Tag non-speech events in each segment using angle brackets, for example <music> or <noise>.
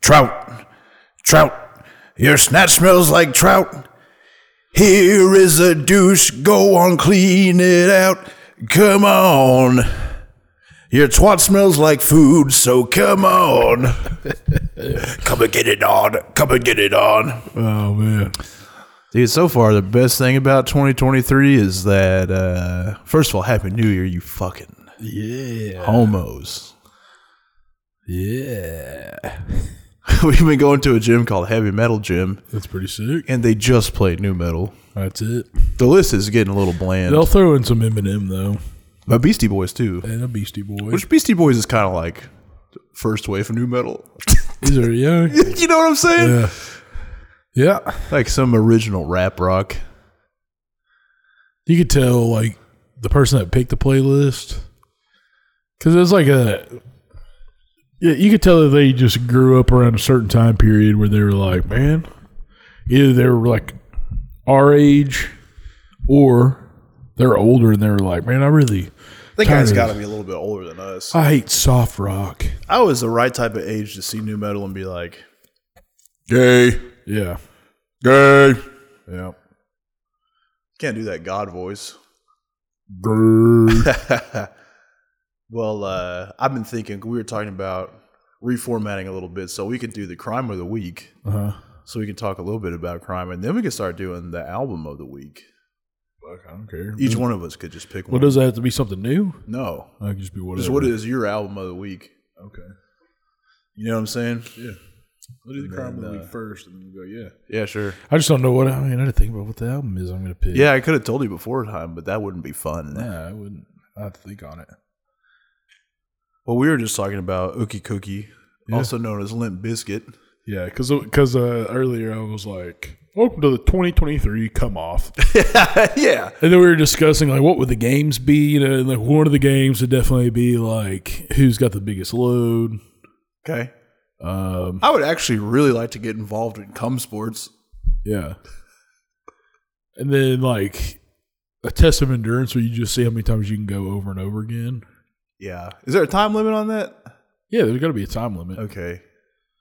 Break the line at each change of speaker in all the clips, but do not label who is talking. Trout, trout, your snatch smells like trout. Here is a douche, go on, clean it out. Come on. Your twat smells like food, so come on. <laughs> come and get it on. Come and get it on.
Oh man, dude! So far, the best thing about 2023 is that uh, first of all, Happy New Year, you fucking
Yeah.
homos. <laughs>
Yeah.
We've been going to a gym called Heavy Metal Gym,
That's pretty sick.
and they just played new metal.
That's it.
The list is getting a little bland.
They'll throw in some Eminem though,
But Beastie Boys too,
and a Beastie Boy.
which Beastie Boys is kind of like first wave of new metal. <laughs>
These are yeah,
you know what I'm saying?
yeah, yeah.
Like some original rap rock.
You could tell like the person that picked the playlist because it was like a. Yeah, you could tell that they just grew up around a certain time period where they were like, man, either they were like our age, or they're older and they were like, man, I really,
That
guy's
guy's got
gotta
to be a little bit older than us.
I hate soft rock.
I was the right type of age to see new metal and be like,
Gay.
Yeah,
Gay.
yeah.
can't do that God voice. <laughs>
Grrr.
well, uh, I've been thinking we were talking about reformatting a little bit, so we could do the crime of the week,
Uh-huh.
so we can talk a little bit about crime, and then we can start doing the album of the week.
Fuck, I don't care.
Each one of us could just pick
Mm-hmm. Well,
one.
does that have to be something new?
no,
I could just be whatever.
just what is your album of the week?
Okay.
You know what I'm saying?
We'll do
the crime of the week
first, and then we'll go. Yeah.
Yeah, sure.
I just don't know what I mean. I didn't think about what the album is. I'm gonna pick.
Yeah, I could have told you before time, but that wouldn't be fun.
Nah, I wouldn't. I have to think on it.
Well, we were just talking about Ookie Cookie,
Yeah.
also known as Limp Biscuit.
<laughs> Yeah, because because uh, earlier I was like, "Welcome to the 2023 come off,"
yeah.
and then we were discussing like what would the games be. You know, and like one of the games would definitely be like who's got the biggest load.
Okay.
Um,
I would actually really like to get involved in cum sports.
yeah, and then like a test of endurance where you just see how many times you can go over and over again.
Yeah. Is there a time limit on that?
Yeah, there's got to be a time limit.
Okay.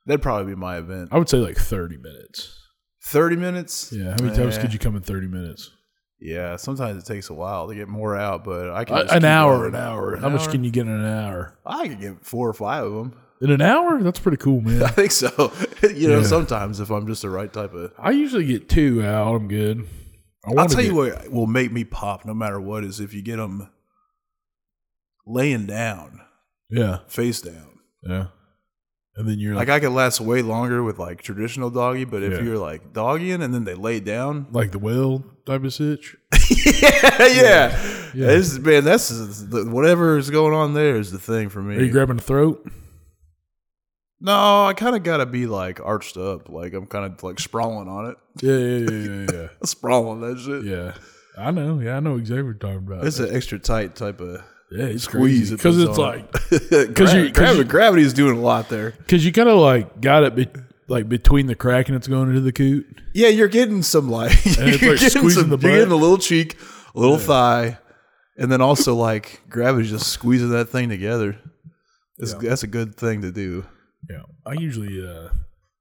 That'd probably be my event.
I would say like 30 minutes.
30 minutes?
Yeah, how many times
Eh.
could you come in 30 minutes?
Yeah. Sometimes it takes a while to get more out, but I can.
Uh,
just
an
keep
hour,
going.
an hour.
An
How much
hour?
can you get in an hour?
I could get four or five of them.
In an hour? That's pretty cool,
<laughs> I
man.
think so. you know,
Yeah.
sometimes if I'm just the right type of.
I usually get two out. I'm good. I
I'll
wanna
tell you
get-
what will make me pop no matter what is if you get them laying down,
Yeah,
face down.
yeah. And then you're like,
Like I could last way longer with like traditional doggy, but if
Yeah.
you're like doggying and then they lay
<laughs>
down,
like the whale type of sitch.
<laughs> yeah, yeah,
Yeah.
This man, that's is the, whatever is going on there is the thing for
Are you
me.
grabbing the throat?
no, I kind of gotta be like arched up, like I'm kind of like sprawling on it, <laughs>
Yeah, yeah, yeah, yeah, yeah.
sprawling that shit.
yeah. <laughs> I know. Yeah, I know exactly what you're talking about.
It's an extra tight type of
yeah, it's
squeeze
crazy because it's <laughs> like
<laughs> because
you- 'cause you-
gravity is doing a lot there.
because you kind of like got it be- like between the crack and it's going into the coot.
Yeah, you're getting some like
And
<laughs>
it's
you're
like
getting
squeezing
some
the
you're getting a
butt.
little cheek, a little thigh, and then also like gravity's just squeezing that thing together. It's, That's a good thing to do.
Yeah, I usually. uh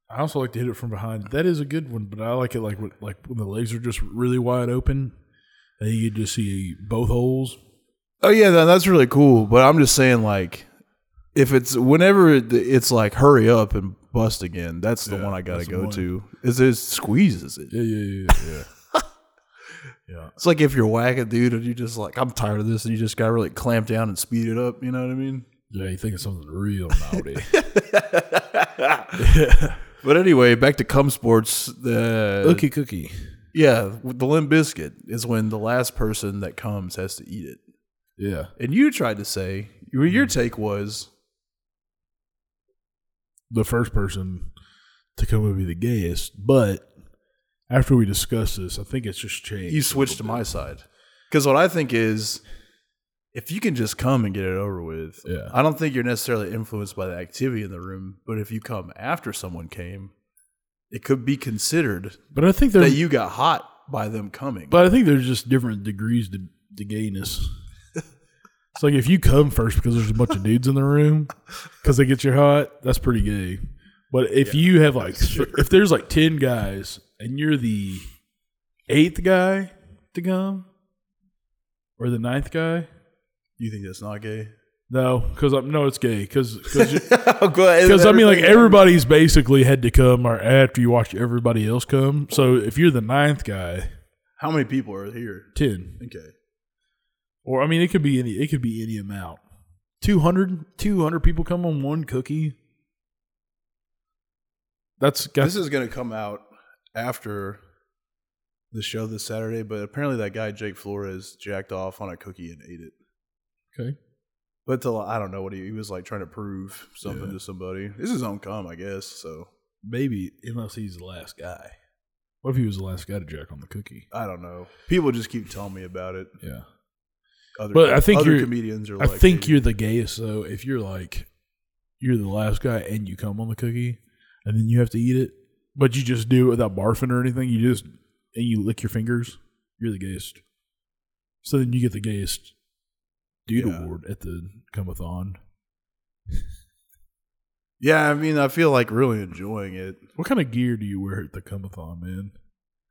I also like to hit it from behind. That is a good one, but I like it like when, like when the legs are just really wide open, and you just see both holes.
Oh yeah, no, that's really cool. But I'm just saying like if it's whenever it, it's like hurry up and bust again, that's the one I gotta
that's the
go
one.
to. Is it squeezes it?
Yeah, yeah, yeah, yeah. <laughs>
It's like if you're whacking dude and you just like I'm tired of this and you just gotta really clamp down and speed it up. You know what I mean?
yeah, you think of something real <laughs> naughty.
But anyway, back to cum sports. The
Cookie, cookie.
Yeah, with the limp biscuit is when the last person that comes has to eat it.
Yeah,
And you tried to say your, your take was
the first person Tacoma would be the gayest, but after we discuss this, I think it's just changed.
You switch to my side. Because what I think is, if you can just come and get it over with,
Yeah.
I don't think you're necessarily influenced by the activity in the room. But if you come after someone came, it could be considered
but I think
that
there's
you got hot by them coming.
but I think there's just different degrees to, to gayness. it's like if you come first because there's a bunch of dudes in the room because they get you hot, that's pretty gay. But if you have like if there's like ten guys and you're the eighth guy to come or the ninth guy,
you think that's not <laughs> gay?
no, because I'm no, it's gay because
Because
Because I mean, like everybody's basically had to come, or after you watch everybody else come. So if you're the ninth guy,
how many people are here?
ten,
Okay.
or I mean, it could be any, it could be any amount. 200, 200 people come on one cookie. That's got,
This is going to come out after the show this Saturday, but apparently that guy Jake Flores jacked off on a cookie and ate it.
okay.
But to, I don't know what he, he was like trying to prove something
Yeah.
to somebody. It's his own cum, I guess. So
Maybe unless he's the last guy. What if he was the last guy to jack on the cookie?
I don't know. People just keep telling me about it.
Yeah,
Other,
But I think
other
you're-
comedians are.
I
like,
think
"Hey,
you're the gayest though. If you're like, you're the last guy and you come on the cookie, and then you have to eat it, but you just do it without barfing or anything. You just and you lick your fingers. You're the gayest. So then you get the gayest dude
Yeah.
award at the comeathon.
Yeah, I mean, I feel like really enjoying it
What kind of gear do you wear at the comeathon,
<laughs>
man?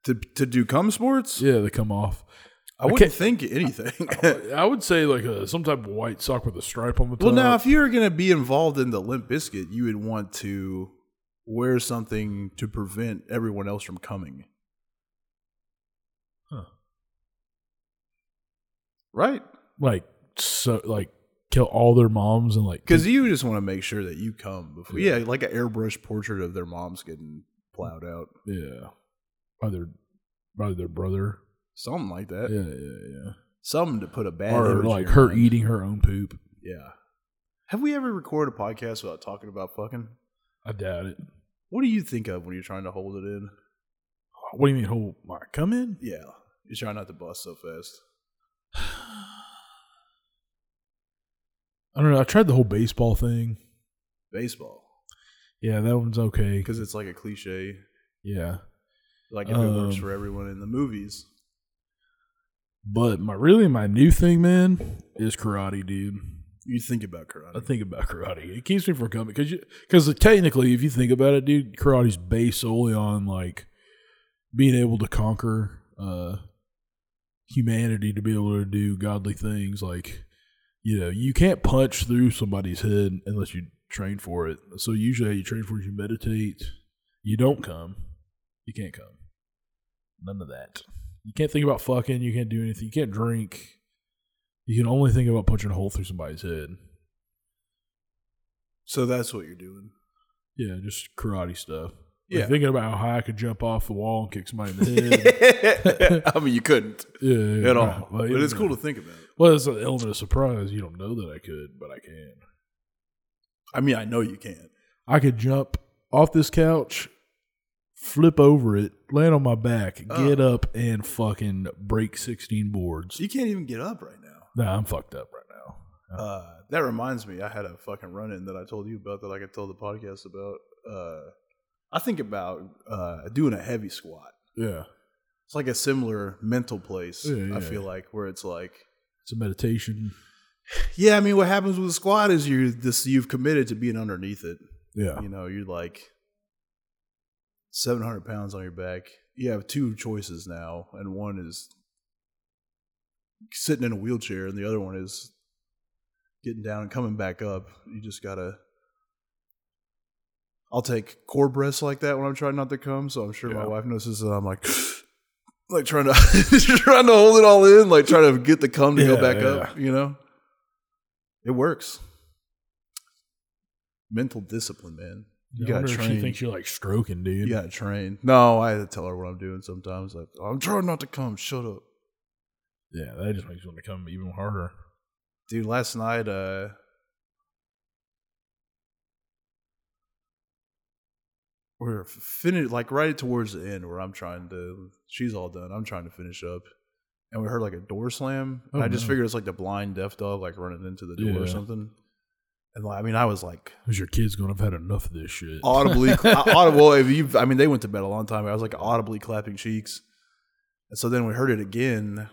to to do cum sports.
Yeah, they
<laughs>
come off.
I
I
wouldn't think anything.
<laughs>
<laughs>
I would say like a, some type of white sock with a stripe on the top.
well, now if you were going to be involved in the Limp Biscuit, you would want to wear something to prevent everyone else from coming.
Huh.
Right.
like so like kill all their moms and like
Because you just want to make sure that you come before. Yeah, like an airbrush portrait of their mom's getting plowed out,
Yeah. By their by their brother.
something like that.
Yeah, yeah,
Something to put a
yeah.
Uh, bad
Or
image in
like
your
her
mind.
eating her own poop.
Yeah. Have we ever recorded a podcast without talking about fucking?
I doubt it.
What do you think of when you're trying to hold it in?
What do you mean whole my come in?
Yeah, you're trying not to bust so fast.
I don't know. I tried the whole baseball thing.
Baseball,
Yeah, that one's okay.
because it's like a cliche.
Yeah.
Like if it works
Um,
for everyone in the movies.
But my really my new thing, man, is karate, dude.
You think about
I
karate.
think about karate. It keeps me from coming because because technically, if you think about it, dude, karate's based solely on like being able to conquer uh, humanity to be able to do godly things. Like you know, you can't punch through somebody's head unless you train for it. So usually, how you train for it, is you meditate. You don't come. You can't come. None of that. You can't think about fucking. You can't do anything. You can't drink. You can only think about punching a hole through somebody's head.
so that's what you're doing.
Yeah, just karate stuff.
Yeah.
Yeah. Like thinking about how high I could jump off the wall and kick somebody in
<laughs>
the head.
I mean, you couldn't
yeah, yeah,
at
right.
all,
Like,
but
you
it's
know.
cool to think about.
Well, it's an element of surprise. You don't know that I could, but I can.
I mean, I know you can.
I could jump off this couch, flip over it, land on my back, get up, and fucking break 16 boards.
Uh. You can't even get up right now.
Nah, I'm fucked up right now.
Uh, that reminds me, I had a fucking run in that I told you about that I could tell the podcast about. Uh, I think about uh, doing a heavy squat.
Yeah.
It's like a similar mental place,
Yeah, yeah.
I feel like, where it's like,
It's a meditation.
yeah, I mean, what happens with a squat is you this you've committed to being underneath it.
Yeah.
You know, you're like 700 pounds on your back. You have two choices now, and one is sitting in a wheelchair, and the other one is getting down and coming back up. You just gotta. I'll take core breaths like that when I'm trying not to come. So I'm sure
Yeah.
my wife notices that I'm like, like trying to <laughs> trying to hold it all in, like trying to get the cum to
Yeah,
go back
yeah.
up. You know, it works. Mental discipline, man. You
I
gotta
wonder if she
train.
thinks you're like stroking, dude.
You gotta train. No, I had to tell her what I'm doing sometimes. Like, I'm trying not to come. Shut up.
Yeah, that just makes me want to come even harder.
Dude, last night, uh we're finished like right towards the end where I'm trying to she's all done. I'm trying to finish up. And we heard like a door slam. and
Oh,
I just
no.
figured it's like the blind deaf dog like running into the door or
Yeah.
something. And like I mean I was like
Because your kid's going to have had enough of this shit.
<laughs>
<laughs>
audibly I, audible if you I mean they went to bed a long time. ago. I was like audibly clapping cheeks. And so then we heard it again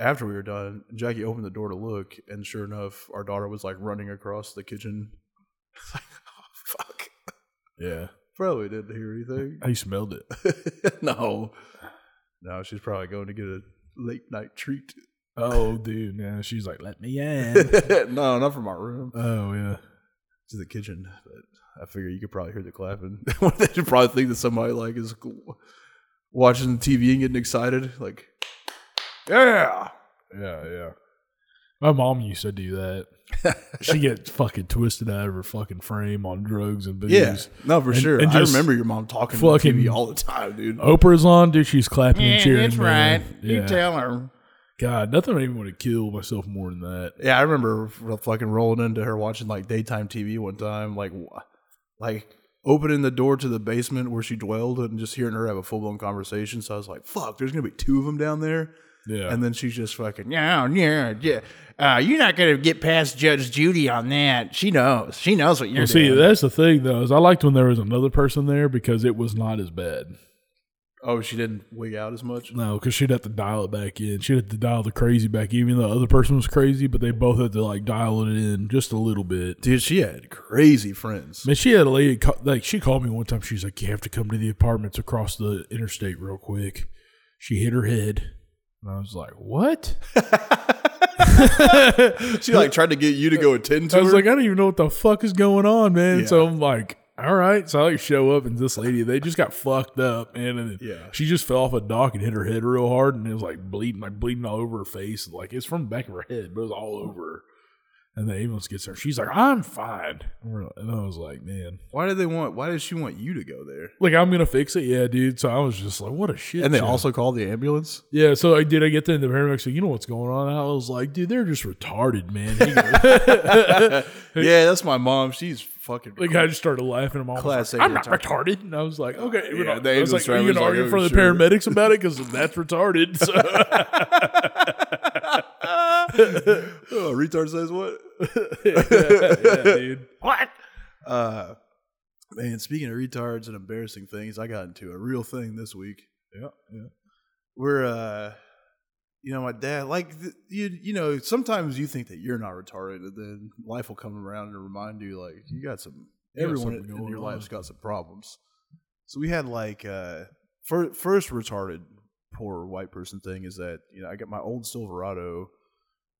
after we were done. Jackie opened the door to look and sure enough our daughter was like running across the kitchen. <laughs> It's like oh fuck.
yeah.
Probably didn't hear anything. <laughs>
I smelled it.
no. No, she's probably going to get a late night treat.
Oh, dude. Now she's like, let me in.
<laughs> no, not from my room.
oh, yeah.
To the kitchen. But I figure you could probably hear the clapping. <laughs> they should probably think that somebody like is watching TV and getting excited. Like, yeah.
Yeah, yeah. My mom used to do that. she gets fucking twisted out of her fucking frame on drugs and booze.
Yeah. No, for
And-
sure.
and
I
just
remember your mom talking on
fucking-
TV all the time, dude.
Oprah's on, dude. She's clapping and cheering. man. Yeah.
her.
God, nothing made me want to kill myself more than that.
Yeah, I remember r- fucking rolling into her watching like daytime TV one time, like wh- like opening the door to the basement where she dwelled and just hearing her have a full blown conversation. So I was like, "Fuck, there's gonna be two of them down there."
Yeah.
And then she's just fucking yeah.
No, yeah, yeah. Uh, you're not gonna get past Judge Judy on that. She knows. She knows what you're
Well, see,
doing.
that's the thing though, is I liked when there was another person there because it was not as bad.
Oh, she didn't wig out as much.
No, because she'd have to dial it back in. She'd have to dial the crazy back, in, even though the other person was crazy, but they both had to like dial it in just a little bit.
Dude, she had crazy friends.
Man, she had a lady ca- like she called me one time. She's like, "You have to come to the apartments across the interstate real quick." She hit her head, and I was like, "What?"
<laughs>
<laughs>
She like tried to get you to go attend to
I was
her.
like, I don't even know what the fuck is going on, man.
Yeah.
So I'm like, all right. So I like show up and this lady, they just got fucked up, man. And then
Yeah.
she just fell off a dock and hit her head real hard and it was like bleeding, like bleeding all over her face. Like it's from the back of her head, but it was all
Mm.
over her. And the ambulance gets her. She's like, I'm fine. And, we're like- and I was like, man.
why did they want? Why did she want you to go there?
Like I'm gonna fix it, yeah, dude. So I was just like, "What a shit!"
And they
show.
also called the ambulance.
yeah. So I did. I get there, and the paramedics like, "You know what's going on?" I was like, "Dude, they're just retarded, man."
<laughs>
He goes-
Yeah, that's my mom. She's fucking.
Like I just started laughing. And my mom was
Class
like,
A
I'm not retarded. And I was like, okay. we're
Yeah,
not-
the
I was like,
ambulance driver's like,
are you gonna argue
oh,
in front of the
sure.
paramedics about it? Because that's retarded. <laughs> So
<laughs> oh, retard says what?
yeah, <laughs> dude.
what?
Uh, man, speaking of retards and embarrassing things, I got into a real thing this week.
Yeah, yeah.
We're, uh, you know, my dad, like, th- you, you know, sometimes you think that you're not retarded, and then life will come around and remind you, like, you got some,
You got
everyone
something
in
going
your
on.
life's got some problems. So we had, like, uh, fir- first retarded poor white person thing is that, you know, I got my old Silverado,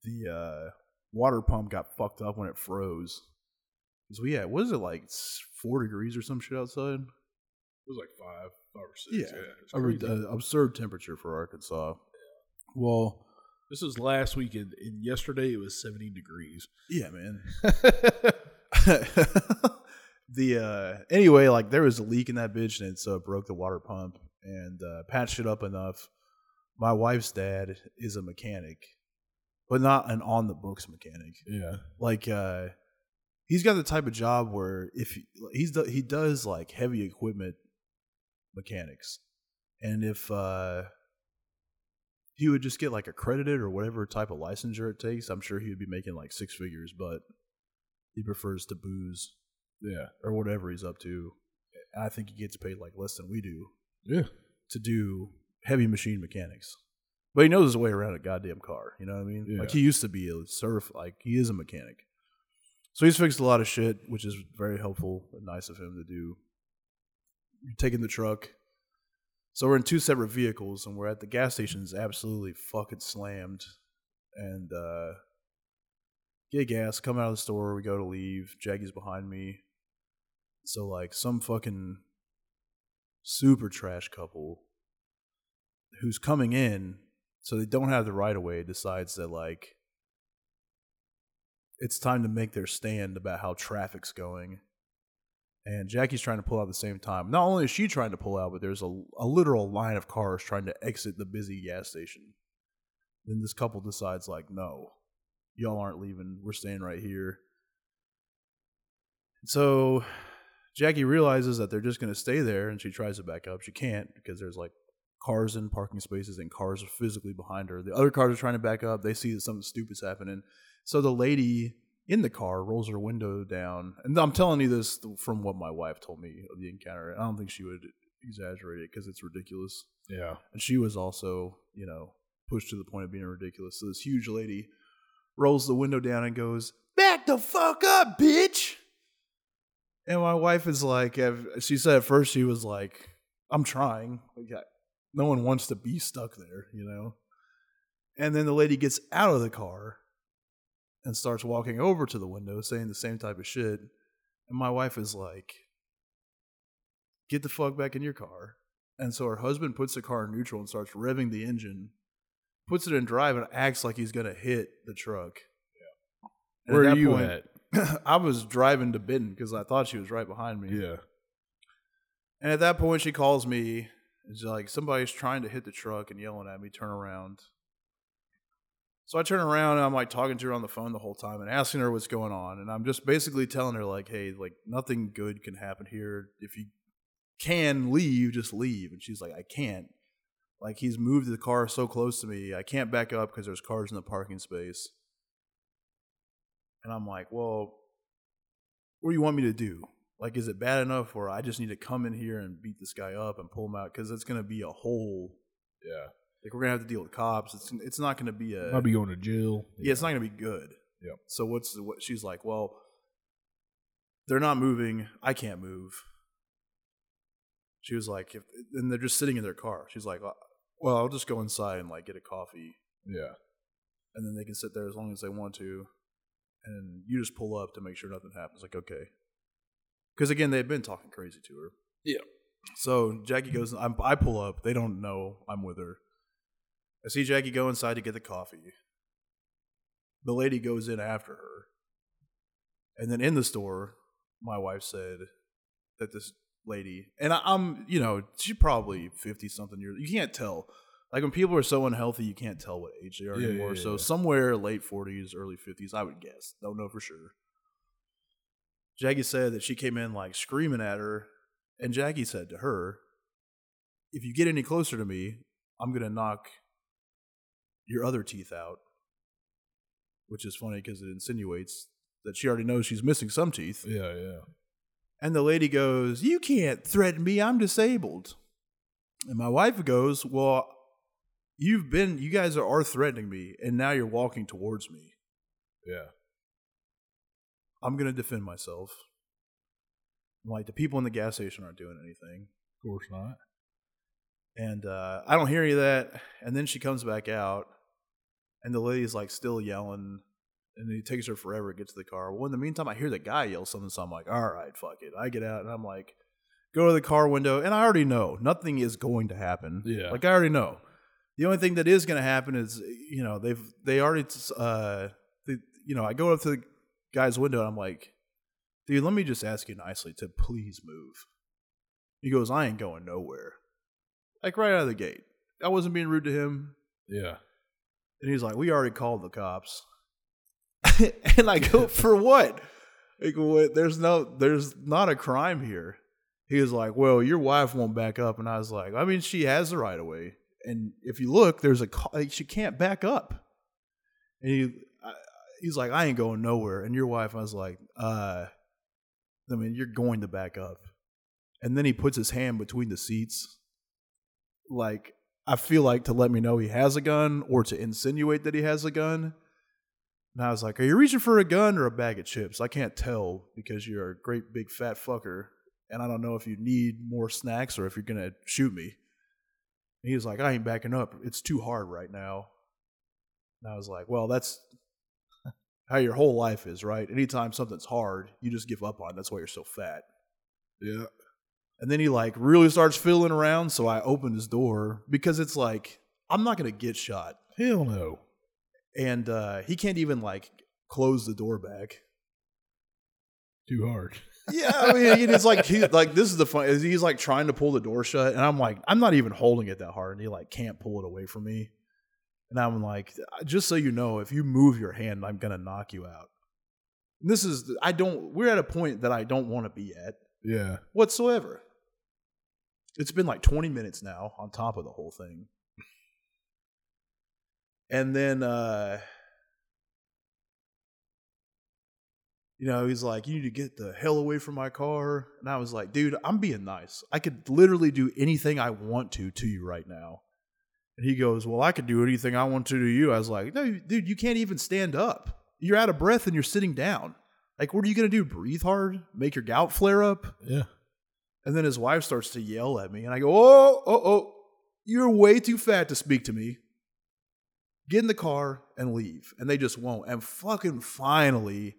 the, uh, water pump got fucked up when it froze. So yeah, what is it like s- four degrees or some shit outside?
It was like five, five or six.
Yeah.
it's
A re-
crazy.
uh, absurd temperature for Arkansas. Well,
this is last weekend, and yesterday it was 70 degrees.
yeah, <laughs> man. the uh anyway, like there was a leak in that bitch, and it uh, broke the water pump and uh, patched it up enough. My wife's dad is a mechanic, but not an on the books mechanic.
Yeah.
like uh he's got the type of job where if he's the, he does like heavy equipment mechanics and if uh he would just get like accredited or whatever type of licensure it takes i'm sure he would be making like six figures but he prefers to booze
Yeah.
or whatever he's up to and i think he gets paid like less than we do
Yeah.
to do heavy machine mechanics. But he knows his way around a goddamn car. You know what I mean?
Yeah.
Like he used to be a surf, like he is a mechanic. So he's fixed a lot of shit, which is very helpful and nice of him to do. You're taking the truck. So we're in two separate vehicles and we're at the gas station's absolutely fucking slammed. And uh get gas, come out of the store, we go to leave. Jackie's behind me. So like some fucking super trash couple who's coming in, so they don't have the right of way, decides that like it's time to make their stand about how traffic's going. And Jackie's trying to pull out at the same time. Not only is she trying to pull out, but there's a, a literal line of cars trying to exit the busy gas station. Then this couple decides, like, no, y'all aren't leaving. We're staying right here. So Jackie realizes that they're just going to stay there, and she tries to back up. She can't because there's like cars in parking spaces and cars are physically behind her. The other cars are trying to back up. They see that something stupid's happening. So the lady in the car rolls her window down. And I'm telling you this from what my wife told me of the encounter. I don't think she would exaggerate it because it's ridiculous.
Yeah.
And she was also, you know, pushed to the point of being ridiculous. So this huge lady rolls the window down and goes, Back the fuck up, bitch. And my wife is like, if- she said at first, she was like, I'm trying. Like, I- no one wants to be stuck there, you know? And then the lady gets out of the car and starts walking over to the window saying the same type of shit. And my wife is like, get the fuck back in your car. And so her husband puts the car in neutral and starts revving the engine, puts it in drive, and acts like he's going to hit the truck. Yeah.
Where are you at?
<laughs> I was driving to Benton because I thought she was right behind me.
Yeah.
And at that point, she calls me. It's like somebody's trying to hit the truck and yelling at me, turn around. So I turn around and I'm like talking to her on the phone the whole time and asking her what's going on. And I'm just basically telling her, like, hey, like nothing good can happen here. If you can leave, just leave. And she's like, I can't. Like, he's moved the car so close to me. I can't back up because there's cars in the parking space. And I'm like, well, what do you want me to do? Like, is it bad enough where I just need to come in here and beat this guy up and pull him out? Because it's going to be a whole.
Yeah.
Like, we're going to have to deal with cops. It's it's not going to be a.
I'll be going to jail.
yeah, it's not going to be good.
Yep.
So what's the, what? She's like, well, they're not moving. I can't move. She was like, if, and they're just sitting in their car. She's like, well, I'll just go inside and like get a coffee
Yeah.
and then they can sit there as long as they want to, and you just pull up to make sure nothing happens. Like, okay, because again, they've been talking crazy to her.
Yeah.
So Jackie goes. I'm, I pull up. They don't know I'm with her. I see Jackie go inside to get the coffee. The lady goes in after her, and then in the store, my wife said that this lady and I, I'm, you know, she's probably fifty something years. You can't tell. Like when people are so unhealthy, you can't tell what age they are
Yeah,
anymore.
yeah,
so
yeah.
somewhere late forties, early fifties, I would guess. Don't know for sure. Jackie said that she came in like screaming at her, and Jackie said to her, "If you get any closer to me, I'm gonna knock your other teeth out." Which is funny because it insinuates that she already knows she's missing some teeth.
Yeah. Yeah.
And the lady goes, You can't threaten me. I'm disabled. And my wife goes, Well, you've been, you guys are, are threatening me, and now you're walking towards me.
Yeah.
I'm going to defend myself. I'm like, the people in the gas station aren't doing anything.
Of course not.
And uh, I don't hear any of that. And then she comes back out, and the lady's like still yelling. And it takes her forever to get to the car. Well, in the meantime, I hear the guy yell something, so I'm like, all right, fuck it. I get out, and I'm like, go to the car window. And I already know nothing is going to happen.
Yeah.
Like, I already know. The only thing that is going to happen is, you know, they've, they already, uh, they, you know, I go up to the guy's window, and I'm like, dude, let me just ask you nicely to please move. He goes, I ain't going nowhere like right out of the gate. I wasn't being rude to him.
Yeah.
And he's like, We already called the cops. <laughs> and <laughs> I go, For what? Like, what? There's no, there's not a crime here. He was like, Well, your wife won't back up. And I was like, I mean, she has the right of way. And if you look, there's a, ca- like, she can't back up. And he, I, he's like, I ain't going nowhere. And your wife, I was like, Uh, I mean, you're going to back up. And then he puts his hand between the seats. Like, I feel like to let me know he has a gun or to insinuate that he has a gun. And I was like, Are you reaching for a gun or a bag of chips? I can't tell because you're a great big fat fucker. And I don't know if you need more snacks or if you're going to shoot me. And he was like, I ain't backing up. It's too hard right now. And I was like, Well, that's <laughs> how your whole life is, right? Anytime something's hard, you just give up on. it. That's why you're so fat.
Yeah.
And then he like really starts feeling around, so I opened his door because it's like I'm not gonna get shot,
Hell no.
and uh, he can't even like close the door back.
Too hard.
Yeah, I mean, and it's like he like this is the fun. is He's like trying to pull the door shut, and I'm like, I'm not even holding it that hard, and he like can't pull it away from me. And I'm like, just so you know, if you move your hand, I'm gonna knock you out. And this is I don't. We're at a point that I don't want to be at.
Yeah.
whatsoever. It's been like 20 minutes now on top of the whole thing. And then uh you know, he's like, "You need to get the hell away from my car." And I was like, "Dude, I'm being nice. I could literally do anything I want to to you right now." And he goes, "Well, I could do anything I want to to you." I was like, "No, dude, you can't even stand up. You're out of breath and you're sitting down. Like, what are you going to do? Breathe hard? Make your gout flare up?"
Yeah.
And then his wife starts to yell at me, and I go, "Oh, oh, oh! You're way too fat to speak to me. Get in the car and leave." And they just won't. And fucking finally,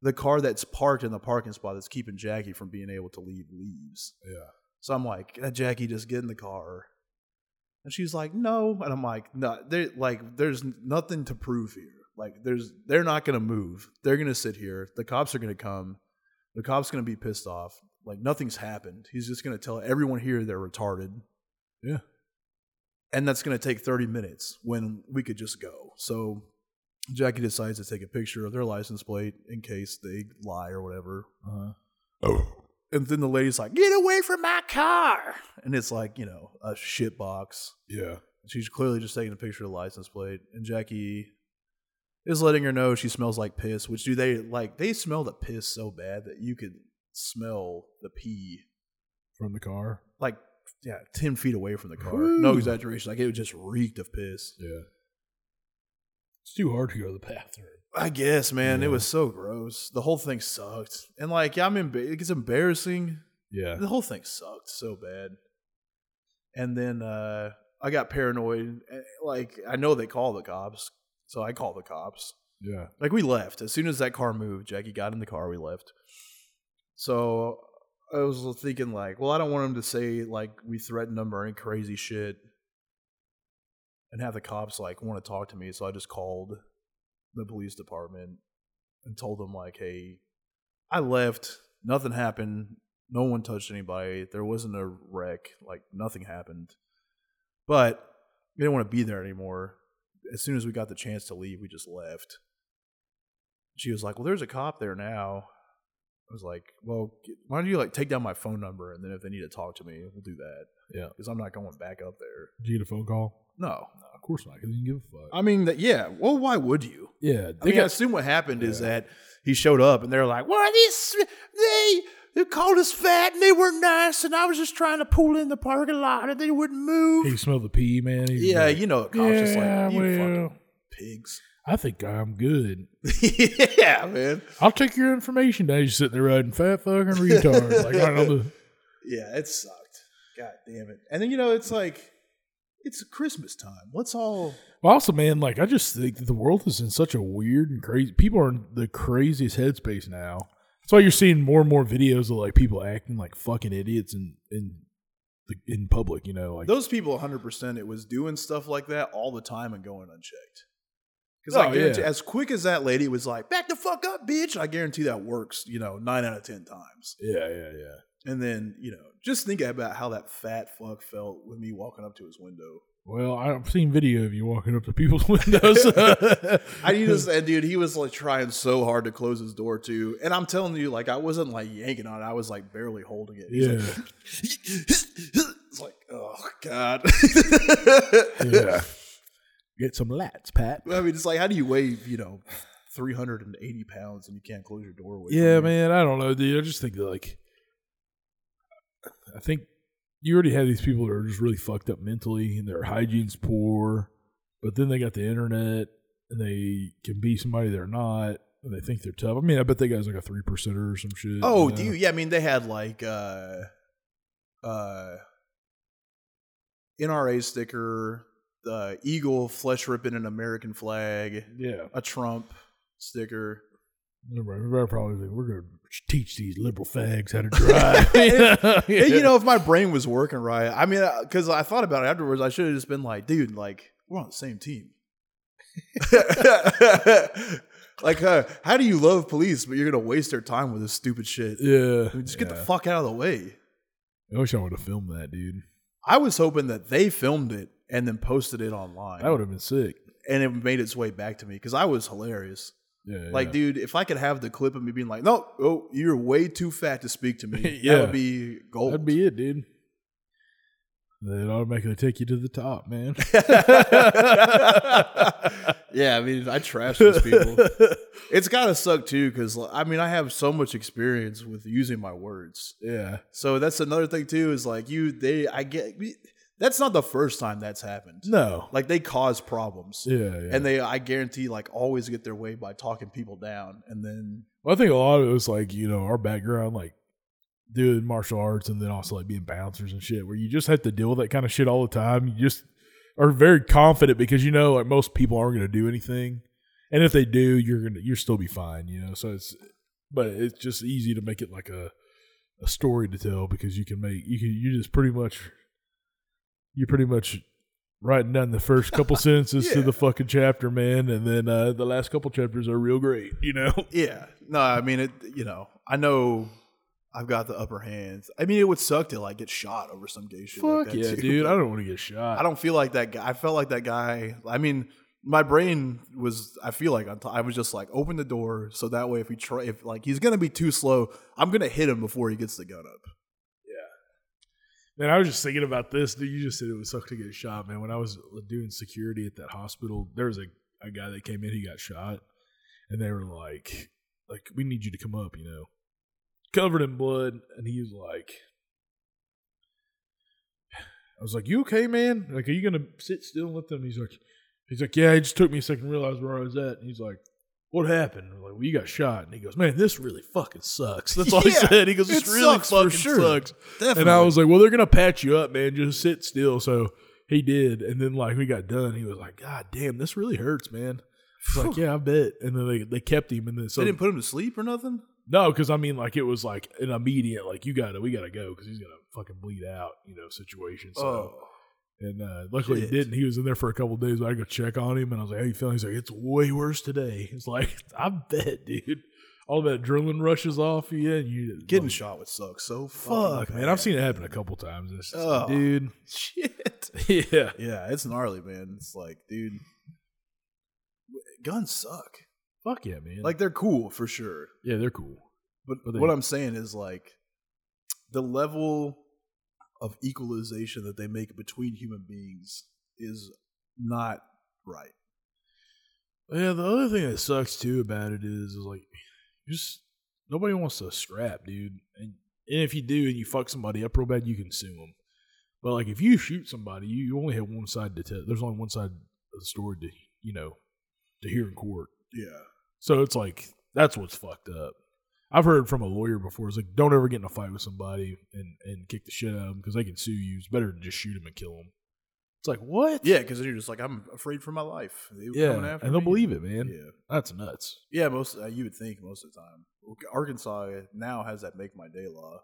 the car that's parked in the parking spot that's keeping Jackie from being able to leave leaves.
Yeah.
So I'm like, "Eh, "Jackie, just get in the car." And she's like, "No," and I'm like, "No, they like, there's nothing to prove here. Like, there's they're not gonna move. They're gonna sit here. The cops are gonna come." The cop's gonna be pissed off. Like nothing's happened. He's just gonna tell everyone here they're retarded.
Yeah.
And that's gonna take 30 minutes when we could just go. So Jackie decides to take a picture of their license plate in case they lie or whatever.
Uh-huh.
And then the lady's like, "Get away from my car!" And it's like you know a shit box.
Yeah.
She's clearly just taking a picture of the license plate, and Jackie is letting her know she smells like piss. Which do they like? They smell the piss so bad that you could smell the pee,
From the car.
like yeah, ten feet away from the car.
Whew.
No exaggeration. Like it just reeked of piss.
Yeah. It's too hard to go to the bathroom.
I guess, man, it
Yeah.
was so gross. The whole thing sucked, and like yeah, I'm emba- it gets embarrassing.
Yeah.
The whole thing sucked so bad. And then uh, I got paranoid. eh, Like I know they call the cops, so I call the cops.
Yeah.
Like we left as soon as that car moved. Jackie got in the car. We left. So I was thinking, like, well, I don't want him to say like we threatened him or any crazy shit, and have the cops like want to talk to me. So I just called the police department and told them like, hey, I left. Nothing happened. No one touched anybody. There wasn't a wreck. Like nothing happened. But we didn't want to be there anymore. As soon as we got the chance to leave, we just left she was like, "Well, there's a cop there now." I was like, "Well, g- why don't you like take down my phone number and then if they need to talk to me, we'll do that."
Yeah.
because I'm not going back up there.
Did you get a phone call?
No,
No, of course not. Because you didn't give a fuck.
I mean that. Yeah. Well, why would you?
yeah.
I mean, I assume what happened is
Yeah.
that he showed up and they're like, "Well, these they." They called us fat and they were nice, and I was just trying to pull in the parking lot and they wouldn't move.
he smelled the pee, man. He was
yeah,
like,
you know, the cops just
"Yeah,
like, you
well,
fucking pigs. <laughs>
I think I'm good.
yeah, man.
I'll take your information. Now you're sitting there riding fat fucking retard. like, I know <laughs> the,
Yeah, it sucked. God damn it. And then you know, it's like it's Christmas time. Let's all
Well, also, man, like I just think that the world is in such a weird and crazy. People are in the craziest headspace now. That's why you're seeing more and more videos of like people acting like fucking idiots in in the, in public. You know, like
those people 100% it was doing stuff like that all the time and going unchecked. Cuz
Oh,
I guarantee
yeah.
as quick as that lady was like, "Back the fuck up, bitch." I guarantee that works, you know, 9 out of 10 times.
yeah, yeah, yeah.
And then, you know, just think about how that fat fuck felt with me walking up to his window.
Well, I've seen video of you walking up to people's <laughs> windows.
I need to say, dude, he was like trying so hard to close his door too. And I'm telling you, like, I wasn't like yanking on it. I was like barely holding it. He's
<laughs> Yeah.
like, it's like, oh, God.
yeah. Get some lats, Pat.
<laughs> I mean, it's like, how do you weigh, you know, 380 pounds and you can't close your doorway?
Yeah, man. I don't know, dude. I just think that, like, I think you already have these people that are just really fucked up mentally and their hygiene's poor, but then they got the internet and they can be somebody they're not and they think they're tough. I mean, I bet that guy's like a three percenter or some shit.
Oh,
you know?
dude. Yeah, I mean, they had like, uh, uh, NRA sticker, the eagle flesh ripping an American flag,
Yeah.
a Trump sticker.
Everybody probably think we're going to teach these liberal fags how to drive. yeah.
<laughs>
<laughs>
And, you know, if my brain was working right, I mean, because I thought about it afterwards, I should have just been like, dude, like, we're on the same team. <laughs> like, uh, how do you love police, but you're going to waste their time with this stupid shit?
Yeah.
I mean, just get the fuck out of the way.
I wish I would have filmed that, dude.
I was hoping that they filmed it and then posted it online.
That would have been sick.
and it made its way back to me because I was hilarious.
Yeah,
Like, dude, if I could have the clip of me being like, "No, oh, you're way too fat to speak
<laughs>
to me,"
Yeah.
that would be gold.
that'd be it, dude. They'd automatically take you to the top, man. <laughs>
<laughs> yeah, I mean, I trash those
<laughs>
people. It's gotta suck too, because I mean, I have so much experience with using my words.
yeah,
So that's another thing too. Is like you, they, I get. That's not the first time that's happened.
no,
Like they cause problems,
yeah, yeah.
and they, I guarantee, like always get their way by talking people down, and then
Well, I think a lot of it was like, you know, our background, like doing martial arts and then also like being bouncers and shit, where you just have to deal with that kind of shit all the time. You just are very confident because you know like most people aren't gonna do anything. And if they do, you're gonna you're still be fine, you know. So it's but it's just easy to make it like a a story to tell because you can make you can you just pretty much you're pretty much writing down the first couple sentences to
Yeah.
the fucking chapter, man, and then uh the last couple chapters are real great, you know?
yeah. No, I mean, it. You know, I know. I've got the upper hand. I mean, it would suck to like get shot over some gay shit. like
Fuck
that,
yeah,
too. <laughs>
dude. I don't want to get shot.
I don't feel like that guy. I felt like that guy. I mean, my brain was. I feel like on t- I was just like open the door so that way if he try if like he's gonna be too slow, I'm gonna hit him before he gets the gun up.
Man, I was just thinking about this. Dude, you just said it would suck to get shot, man. When I was doing security at that hospital, there was a, a guy that came in, he got shot, and they were like, like, we need you to come up, you know. Covered in blood, and he was like, I was like, You okay, man? Like, are you gonna sit still and let them? He's like, he's like, Yeah, it just took me a second to realize where I was at. And he's like, What happened? I'm like, well, you got shot. And he goes, Man, this really fucking sucks. <laughs> That's all he
Yeah,
said. He goes,
it
This really
sucks for
fucking
sure.
sucks.
Definitely.
And I was like, well, they're going to patch you up, man. Just sit still. So he did. And then, like, we got done. He was like, God damn, this really hurts, man. I was like, yeah, I bet. And then they, they kept him. And then, so,
they didn't put him to sleep or nothing.
no, because I mean, like, it was like an immediate, like, you got to, we got to go because he's going to fucking bleed out, you know, situation. So,
oh,
and uh, luckily
Shit.
it didn't. He was in there for a couple of days. I go check on him, and I was like, "How you feeling?" He's like, "It's way worse today." <laughs> It's like, I bet, dude. All that adrenaline rushes off you, and you
getting
like,
shot would suck
Oh,
so fucking
Fuck, man. I've
bad.
seen it happen a couple times. It's just
Oh.
like, <laughs> dude.
shit.
<laughs> Yeah.
Yeah, it's gnarly, man. It's like, dude, guns suck.
Fuck yeah, man.
Like they're cool for sure.
yeah, they're cool.
But
But they-
what I'm saying is like the level of equalization that they make between human beings is not right.
Yeah, the other thing that sucks too about it is, is like, just nobody wants to scrap, dude. And, and if you do and you fuck somebody up real bad, you can sue them. But like, if you shoot somebody, you, you only have one side to tell. There's only one side of the story to you know to hear in court.
Yeah.
So it's like that's what's fucked up. I've heard from a lawyer before. It's like don't ever get in a fight with somebody and and kick the shit out of them because they can sue you. It's better to just shoot them and kill them. It's like what?
Yeah, because then you're just like, I'm afraid for my life. They were
yeah,
coming after
and they'll
me.
believe it, man.
Yeah.
That's nuts.
Yeah, most uh, you would think most of the time. Arkansas now has that make my day law.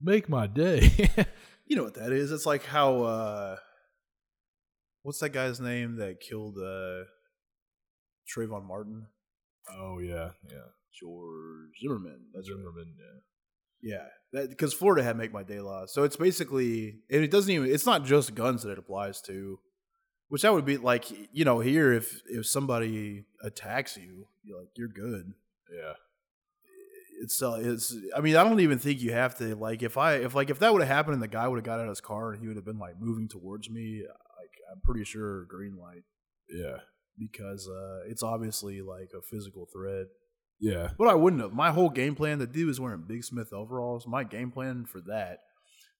Make my day. <laughs>
You know what that is? It's like how uh what's that guy's name that killed uh Trayvon Martin?
oh yeah, yeah.
George Zimmerman. That's right.
Zimmerman, yeah.
Yeah, because Florida had make my day law, so it's basically and it doesn't even it's not just guns that it applies to, which that would be like you know here if if somebody attacks you, you're like you're good.
Yeah.
It's uh, it's I mean I don't even think you have to like if I if like if that would have happened and the guy would have got out of his car and he would have been like moving towards me, like I'm pretty sure green light
Yeah.
because uh it's obviously like a physical threat.
Yeah.
But I wouldn't have. My whole game plan, the dude was wearing Big Smith overalls. My game plan for that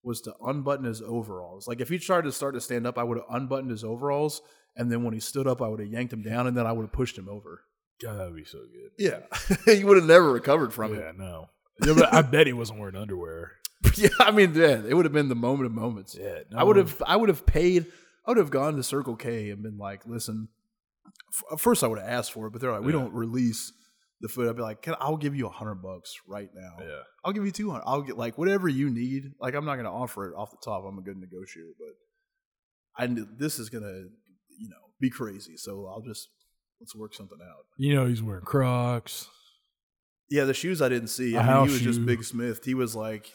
was to unbutton his overalls. Like if he tried to start to stand up, I would have unbuttoned his overalls, and then when he stood up, I would have yanked him down, and then I would have pushed him over.
God, that'd be so good.
Yeah, <laughs> he would have never recovered from
yeah, no. Yeah, but I bet he wasn't wearing underwear.
it. <laughs> yeah, I mean, yeah, it would have been the moment of moments.
Yeah.
I would have, I would have paid, I would have gone to Circle K and been like, listen. f- First, I would have asked for it, but they're like, we
Yeah.
don't release the food. I'd be like, Can, I'll give you a hundred bucks right now.
Yeah.
I'll give you 200. I'll get like whatever you need. Like I'm not going to offer it off the top. I'm a good negotiator, but I kn- this is going to, you know, be crazy. So I'll just let's work something out.
You know he's wearing Crocs.
Yeah, the shoes I didn't see.
A
I mean,
house
he was just
shoe.
Big Smith. He was like,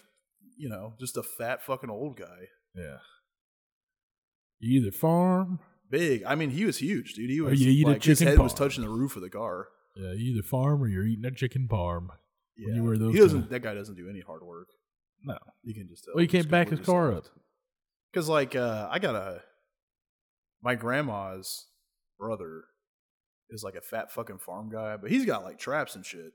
you know, just a fat fucking old guy.
Yeah. You either farm
Big. I mean, he was huge, dude. He
Oh,
was
yeah, you did
like his
chicken
head was
parm.
touching the roof of the car.
Yeah, you either farm or you're eating a chicken parm.
Yeah.
When you wear those
he doesn't.
kinda-
That guy doesn't do any hard work.
No.
You can just.
Well, he can't back his car up.
Because like uh, I got a, my grandma's brother, is like a fat fucking farm guy, but he's got like traps and shit.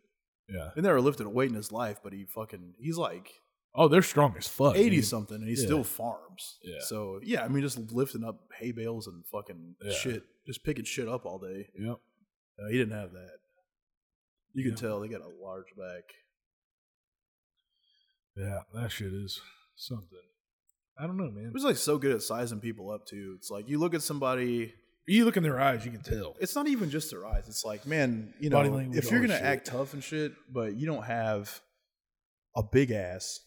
Yeah.
He never lifted a weight in his life, but he fucking he's like
Oh, they're strong as fuck.
eighty
dude.
something, and he
Yeah.
still farms.
Yeah.
So yeah, I mean, just lifting up hay bales and fucking
Yeah.
shit, just picking shit up all day.
Yep.
No, he didn't have that. You can
Yeah.
tell they got a large back.
Yeah, that shit is something. I don't know, man.
It was like so good at sizing people up too. It's like you look at somebody.
You look in their eyes, you can tell.
It's not even just their eyes. It's like, man, you know,
Body language,
if you're
all
gonna
shit.
act tough and shit, but you don't have a big ass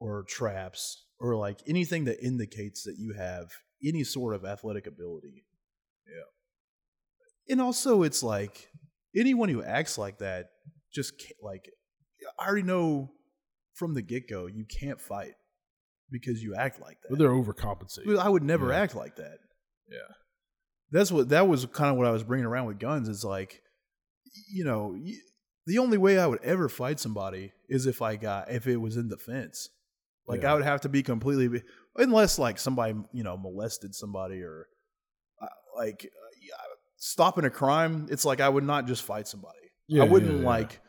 or traps or like anything that indicates that you have any sort of athletic ability. Yeah. And also, it's like anyone who acts like that just can't, like I already know from the get go you can't fight because you act like that.
But they're overcompensating.
Well, I would never
Yeah.
act like that.
Yeah.
That's what that was kind of what I was bringing around with guns is like, you know, y- the only way I would ever fight somebody is if I got if it was in defense. Like
Yeah.
I would have to be completely unless like somebody, you know, molested somebody or uh, like uh, yeah, stopping a crime, it's like I would not just fight somebody.
Yeah,
I wouldn't
yeah, yeah.
like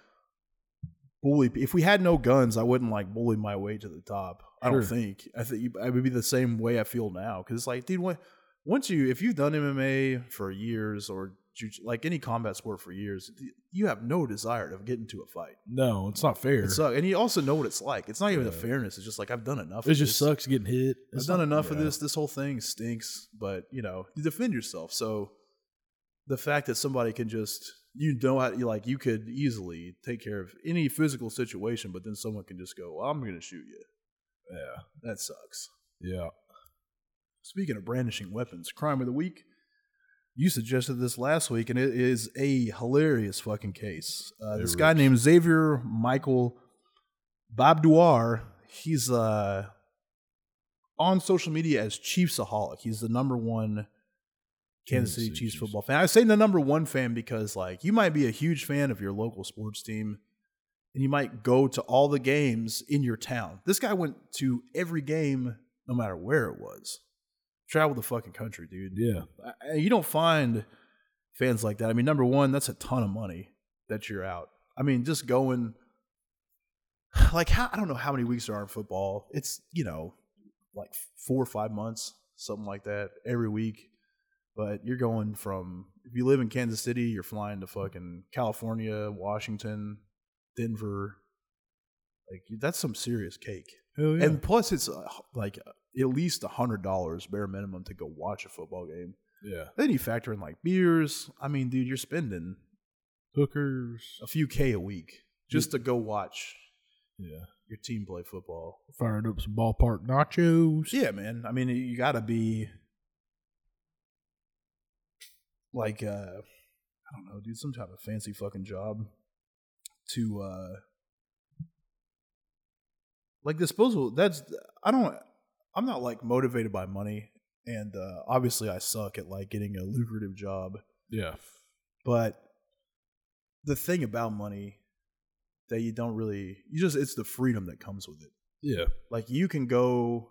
bully. If we had no guns, I wouldn't like bully my way to the top. I don't
Sure.
think. I think you- I would be the same way I feel now because it's like, dude, when, once you if you've done MMA for years or ju- like any combat sport for years, you have no desire to get into a fight.
No, it's not fair.
It sucks, and you also know what it's like. It's not even the
Yeah.
fairness. It's just like I've done enough.
It
of
just
this.
sucks getting hit.
I've done enough of
yeah.
this. This whole thing stinks, but you know, you defend yourself. So the fact that somebody can just you know how you like you could easily take care of any physical situation, but then someone can just go, well, I'm gonna shoot you.
Yeah.
That sucks.
Yeah.
Speaking of brandishing weapons, crime of the week. You suggested this last week, and it is a hilarious fucking case. Uh,
It
this guy
rips.
named Xavier Michael Babduar, he's uh, on social media as Chiefsaholic. He's the number one Kansas City Chiefs, football fan. I say the number one fan because, like, you might be a huge fan of your local sports team, and you might go to all the games in your town. This guy went to every game, no matter where it was. Traveled the fucking country, dude.
Yeah.
I- I- you don't find fans like that. I mean, number one, that's a ton of money that you're out. I mean, just going <sighs> like how I don't know how many weeks there are in football. It's you know like four or five months, something like that, every week. But you're going from if you live in Kansas City, you're flying to fucking California, Washington, Denver. Like that's some serious cake.
Hell yeah.
And plus, it's uh, like at least a hundred dollars bare minimum to go watch a football game.
yeah.
Then you factor in like beers. I mean, dude, you're spending
Hookers.
a few K a week just to go watch
Yeah.
your team play football.
Fired up some ballpark nachos.
Yeah, man. I mean, you got to be like, uh, I don't know, dude, some type of fancy fucking job to, uh, like disposable. That's, I don't, I'm not like motivated by money. And, uh, obviously I suck at like getting a lucrative job.
Yeah.
But the thing about money that you don't really you just it's the freedom that comes with it.
Yeah.
Like you can go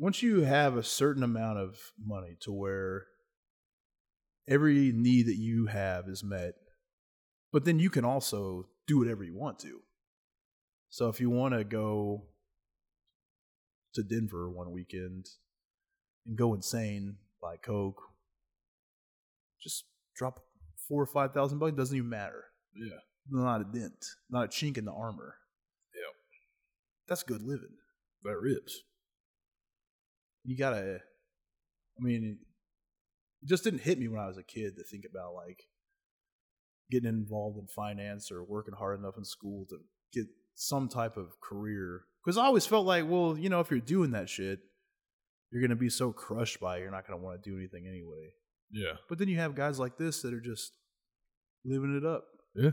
once you have a certain amount of money to where every need that you have is met, but then you can also do whatever you want to. So if you want to go to Denver one weekend and go insane, buy coke, just drop four or five thousand bucks. Doesn't even matter.
Yeah.
Not a dent, not a chink in the armor. Yep. That's good living.
That rips.
You gotta. I mean, it just didn't hit me when I was a kid to think about like getting involved in finance or working hard enough in school to get some type of career. Because I always felt like, well, you know, if you're doing that shit, you're gonna be so crushed by it, you're not gonna want to do anything anyway.
Yeah.
But then you have guys like this that are just living it up.
Yeah.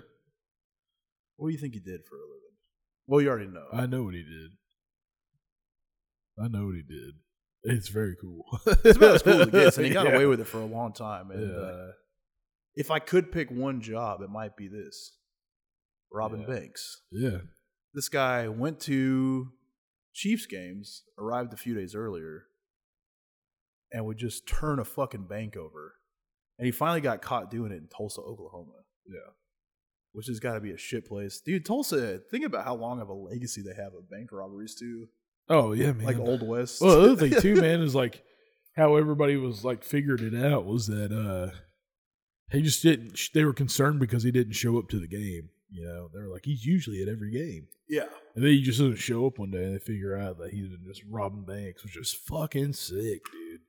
What do you think he did for a living? Well, you already know.
I know what he did. I know what he did. It's very cool. <laughs>
it's about as cool as it gets, and he got away with it for a long time. And
Yeah.
uh, If I could pick one job, it might be this. Robin Banks.
Yeah.
This guy went to Chiefs games, arrived a few days earlier, and would just turn a fucking bank over. And he finally got caught doing it in Tulsa, Oklahoma. Yeah. Which has got to be a shit place. Dude, Tulsa, think about how long of a legacy they have of bank robberies, too.
Oh yeah, man.
Like Old West.
Well,
<laughs>
the other thing too, man, is like how everybody was like figured it out was that uh he just didn't. They were concerned because he didn't show up to the game. You know, they were like he's usually at every game,
yeah.
and then he just doesn't show up one day, and they figure out that he's been just robbing banks, which is fucking sick, dude.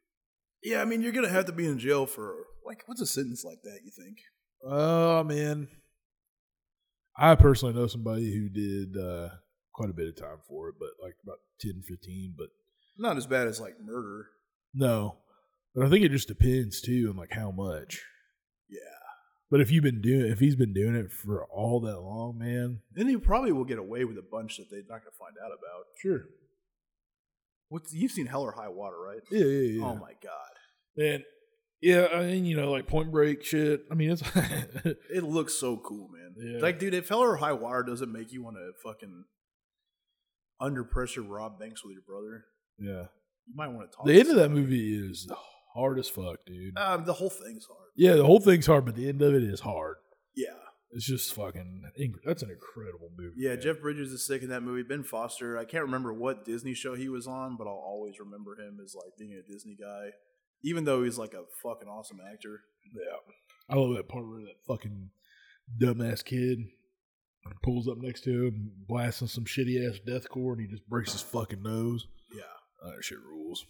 Yeah, I mean, you're gonna have to be in jail for like what's a sentence like that? You think?
Oh man, I personally know somebody who did uh quite a bit of time for it, but like about 10, 15, but
Not as bad as like murder.
No, but I think it just depends too on like how much.
Yeah.
But if you've been doing, if he's been doing it for all that long, man.
Then you probably will get away with a bunch that they're not gonna find out about.
Sure.
What's you've seen Hell or High Water, right?
Yeah, yeah, yeah.
Oh my god,
Man, yeah, I mean, you know, like Point Break shit. I mean, it's <laughs>
it looks so cool, man.
Yeah.
Like, dude, if Hell or High Water doesn't make you want to fucking under pressure rob banks with your brother,
yeah.
you might want to talk.
The
to
end of that
somebody.
movie is hard as fuck, dude.
Um, the whole thing's hard.
Yeah, the whole thing's hard, but the end of it is hard.
Yeah,
It's just fucking. inc- That's an incredible movie.
yeah.
man.
Jeff Bridges is sick in that movie. Ben Foster, I can't remember what Disney show he was on, but I'll always remember him as like being a Disney guy, even though he's like a fucking awesome actor.
Yeah. I love that part where that fucking dumbass kid pulls up next to him, blasting some shitty ass deathcore, and he just breaks his fucking nose.
Yeah,
Uh, that shit rules.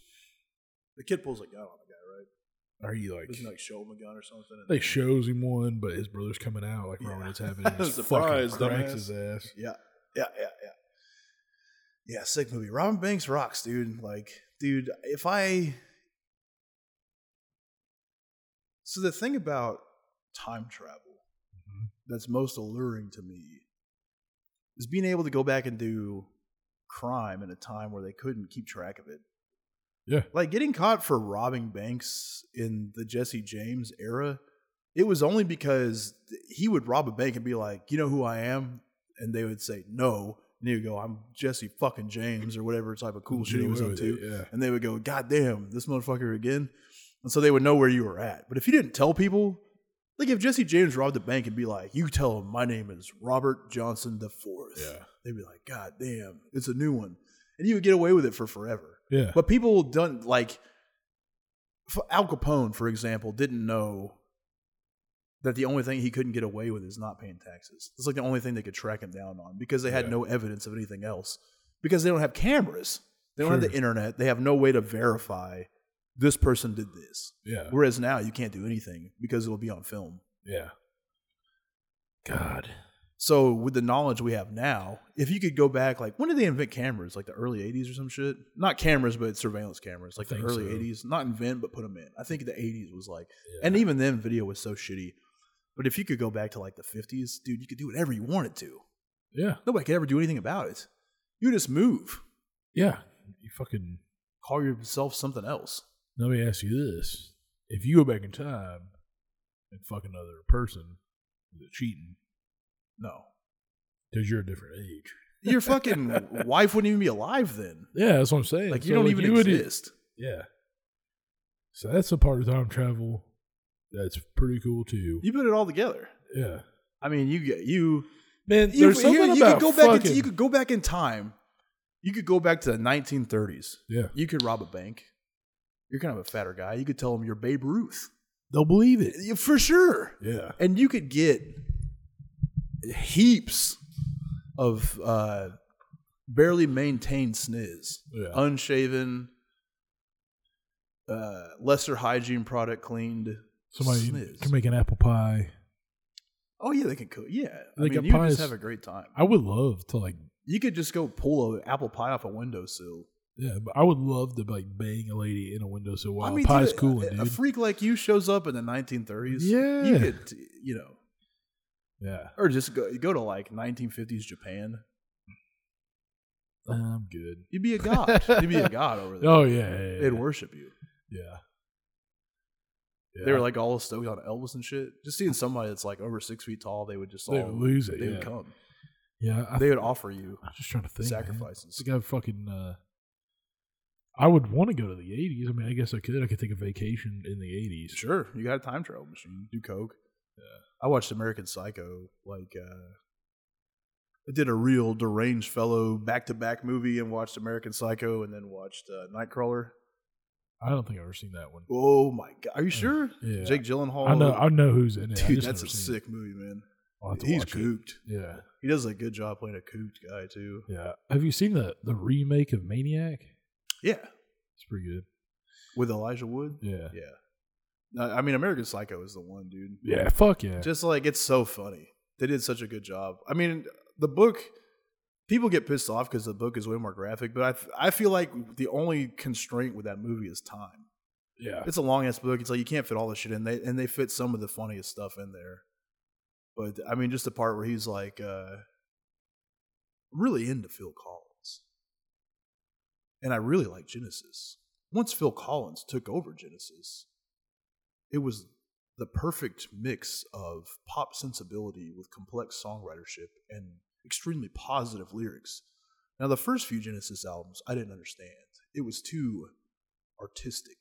the kid pulls a gun on the guy, right?
Are you like?
Doesn't he, like show him a gun or something. And-
They shows him one, but his brother's coming out like
Yeah. <laughs>
Roman is having his fucking
Surprise,
cracks
dumbass.
his ass.
Yeah, yeah, yeah, yeah. Yeah, sick movie. Robin Banks rocks, dude. Like, dude, if I. So the thing about time travel that's most alluring to me is being able to go back and do crime in a time where they couldn't keep track of it.
Yeah.
Like getting caught for robbing banks in the Jesse James era, it was only because he would rob a bank and be like, "You know who I am?" and they would say, "No." And he would go, "I'm Jesse fucking James" or whatever type of <laughs> cool shit he
Do
was
away
up
with
to
it, Yeah.
and they would go, "God damn, this motherfucker again," and so they would know where you were at. But if you didn't tell people, like if Jesse James robbed a bank and be like, "You tell him my name is Robert Johnson the Fourth," <laughs>
Yeah.
they'd be like, "God damn, it's a new one," and you would get away with it for forever.
Yeah.
<laughs> But people don't like F- Al Capone, for example, didn't know that the only thing he couldn't get away with is not paying taxes. It's like the only thing they could track him down on because they had
Yeah.
no evidence of anything else. Because they don't have cameras, they don't have
Sure.
the internet, they have no way to verify this person did this.
yeah.
Whereas now you can't do anything because it'll be on film.
Yeah. God.
So with the knowledge we have now, if you could go back, like when did they invent cameras? Like the early '80s or some shit? Not cameras, but surveillance cameras, like the
think
early
so.
'80s. Not invent, but put them in. I think the '80s was like,
Yeah.
and even then, video was so shitty. But if you could go back to like the '50s, dude, you could do whatever you wanted to.
yeah.
Nobody could ever do anything about it. You just move,
Yeah. You fucking.
call yourself something else.
Let me ask you this: If you go back in time and fuck another person, is it cheating?
No,
Because you're a different age.
your
<laughs>
fucking wife wouldn't even be alive then.
Yeah, that's what I'm saying.
Like you
So,
don't
like,
even
you would- e-,
exist.
yeah. So that's the part of time travel that's pretty cool too.
You put it all together.
yeah,
I mean, you get you.
man.
you, here- you could go back into, you could go back in time. You could go back to the 1930s.
yeah,
You could rob a bank. You're kind of a fatter guy. You could tell them you're Babe Ruth
they'll believe it.
Yeah, for sure,
Yeah,
and you could get heaps of uh, barely maintained sniz,
Yeah.
unshaven, uh, lesser hygiene product cleaned.
somebody
sniz.
can make an apple pie.
oh yeah, they can cook. Yeah, I
They
mean,
got
you just
pies.
have a great time.
I would love to like.
You could just go pull an apple pie off a windowsill.
Yeah, but I would love to like bang a lady in a windowsill while
I mean,
pie's
dude,
cooling,
a, a
dude.
freak like you shows up in the 1930s.
Yeah.
you could, you know,
yeah,
or just go go to like 1950s Japan. Um,
I'm good.
You'd be a
<laughs>
god. You'd be a god over there.
Oh yeah, yeah, yeah.
They'd worship you.
Yeah,
They were like all stoked on Elvis and shit. Just seeing somebody that's like over six feet tall, they would just all
They would lose it,
They
yeah.
would come.
yeah. I,
They would offer you
am just trying to think. man.
sacrifices.
It's like I fucking. Uh, I would want to go to the '80s. I mean, I guess I could. I could take a vacation in the '80s.
Sure, you got a time travel machine. Do coke. I watched American Psycho. Like, uh, I did a real deranged fellow back to back movie and watched American Psycho and then watched uh, Nightcrawler.
I don't think I've ever seen that one.
Oh my god, are you sure?
Yeah.
Jake Gyllenhaal.
I know. I know who's in it. I
Oh, dude,
just
that's
never
a
seen it.
sick movie, man.
I'll have to
He's
watch it.
cooped.
Yeah,
He does a good job playing a cooped guy too.
yeah. Have you seen the the remake of Maniac?
Yeah,
It's pretty good.
with Elijah Wood.
Yeah,
Yeah. No, I mean, American Psycho is the one, dude.
yeah. Fuck yeah.
Just like it's so funny. They did such a good job. I mean, the book. People get pissed off because the book is way more graphic, but I f- I feel like the only constraint with that movie is time.
yeah.
It's a long ass book. It's like you can't fit all this shit in. They and they fit some of the funniest stuff in there. But I mean, just the part where he's like uh, really into Phil Collins, and I really like Genesis. Once Phil Collins took over Genesis, it was the perfect mix of pop sensibility with complex songwritership and extremely positive lyrics. Now, the first few Genesis albums, I didn't understand. It was too artistic